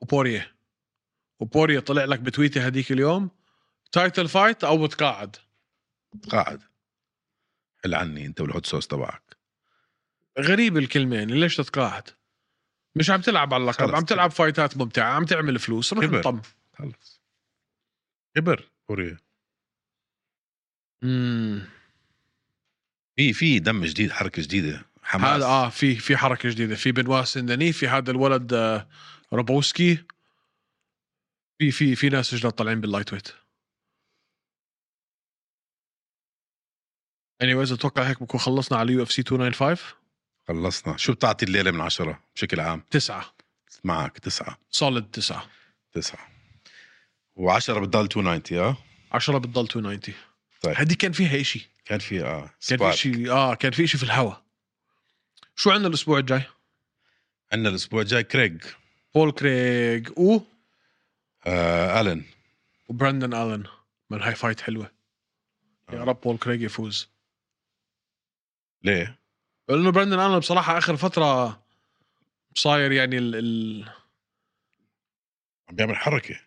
S1: وبوريه وبوريه طلع لك بتويته هديك اليوم تايتل فايت او بتقاعد
S3: قاعد حل عني انت والهوت صوص تبعك
S1: غريب الكلمه يعني ليش تتقاعد مش عم تلعب على اللقب
S3: خلص.
S1: عم تلعب فايتات ممتعه عم تعمل فلوس روح
S3: كبر.
S1: انطم
S3: خلص كبر كوريا
S1: مم.
S3: في في دم جديد حركه جديده حماس
S1: هذا اه في في حركه جديده في بنوا سندني في هذا الولد آه، رابوسكي في في في ناس جداد طالعين باللايت ويت اني وايز اتوقع هيك بكون خلصنا على يو اف سي 295
S3: خلصنا شو بتعطي الليله من عشرة بشكل عام
S1: تسعه
S3: معك تسعة
S1: سوليد تسعه
S3: تسعة و10 بتضل 290 اه
S1: 10 بتضل 290
S3: طيب.
S1: هذه كان فيها شيء
S3: كان في اه
S1: كان
S3: سباق.
S1: في شيء اه كان في شيء في الهواء شو عندنا الاسبوع الجاي؟
S3: عندنا الاسبوع الجاي كريج
S1: بول كريغ و
S3: آه الن
S1: وبراندن الن من هاي فايت حلوه يا
S3: آه.
S1: رب بول كريغ يفوز
S3: ليه؟
S1: لانه براندن انا بصراحه اخر فتره صاير يعني ال, ال...
S3: عم بيعمل حركه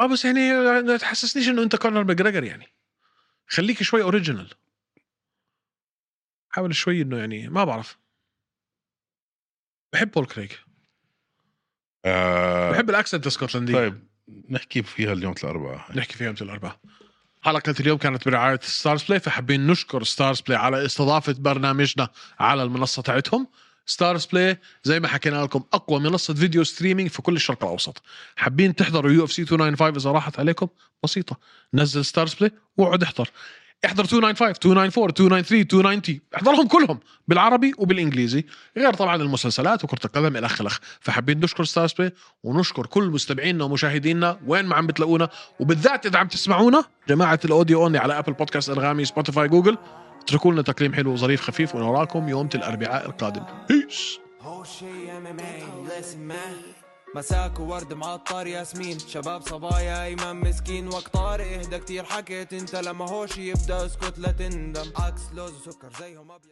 S1: اه بس يعني ما تحسسنيش انه انت كونر ماجريجر يعني خليك شوي اوريجينال حاول شوي انه يعني ما بعرف بحب بول كريغ
S3: آه
S1: بحب الاكسنت الاسكتلندي
S3: طيب نحكي فيها اليوم الاربعاء
S1: نحكي فيها مثل الاربعاء حلقة اليوم كانت برعاية ستارز بلاي فحابين نشكر ستارز بلاي على استضافة برنامجنا على المنصة تاعتهم ستارز بلاي زي ما حكينا لكم أقوى منصة فيديو ستريمينج في كل الشرق الأوسط حابين تحضروا يو اف سي 295 إذا راحت عليكم بسيطة نزل ستارز بلاي واقعد احضر احضر 295 294 293 290 احضرهم كلهم بالعربي وبالانجليزي غير طبعا المسلسلات وكره القدم الى اخره فحابين نشكر ستارز بلاي ونشكر كل مستمعينا ومشاهدينا وين ما عم بتلاقونا وبالذات اذا عم تسمعونا جماعه الاوديو اونلي على ابل بودكاست انغامي سبوتيفاي جوجل اتركوا لنا تقييم حلو وظريف خفيف ونراكم يوم الاربعاء القادم بيس
S4: هو شي ام ام لازم معي مساك وورد معطر ياسمين شباب صبايا ايمن مسكين وقت طارق اهدى كتير حكيت انت لما هوش يبدا اسكت لا تندم عكس لوز وسكر زيهم ابيض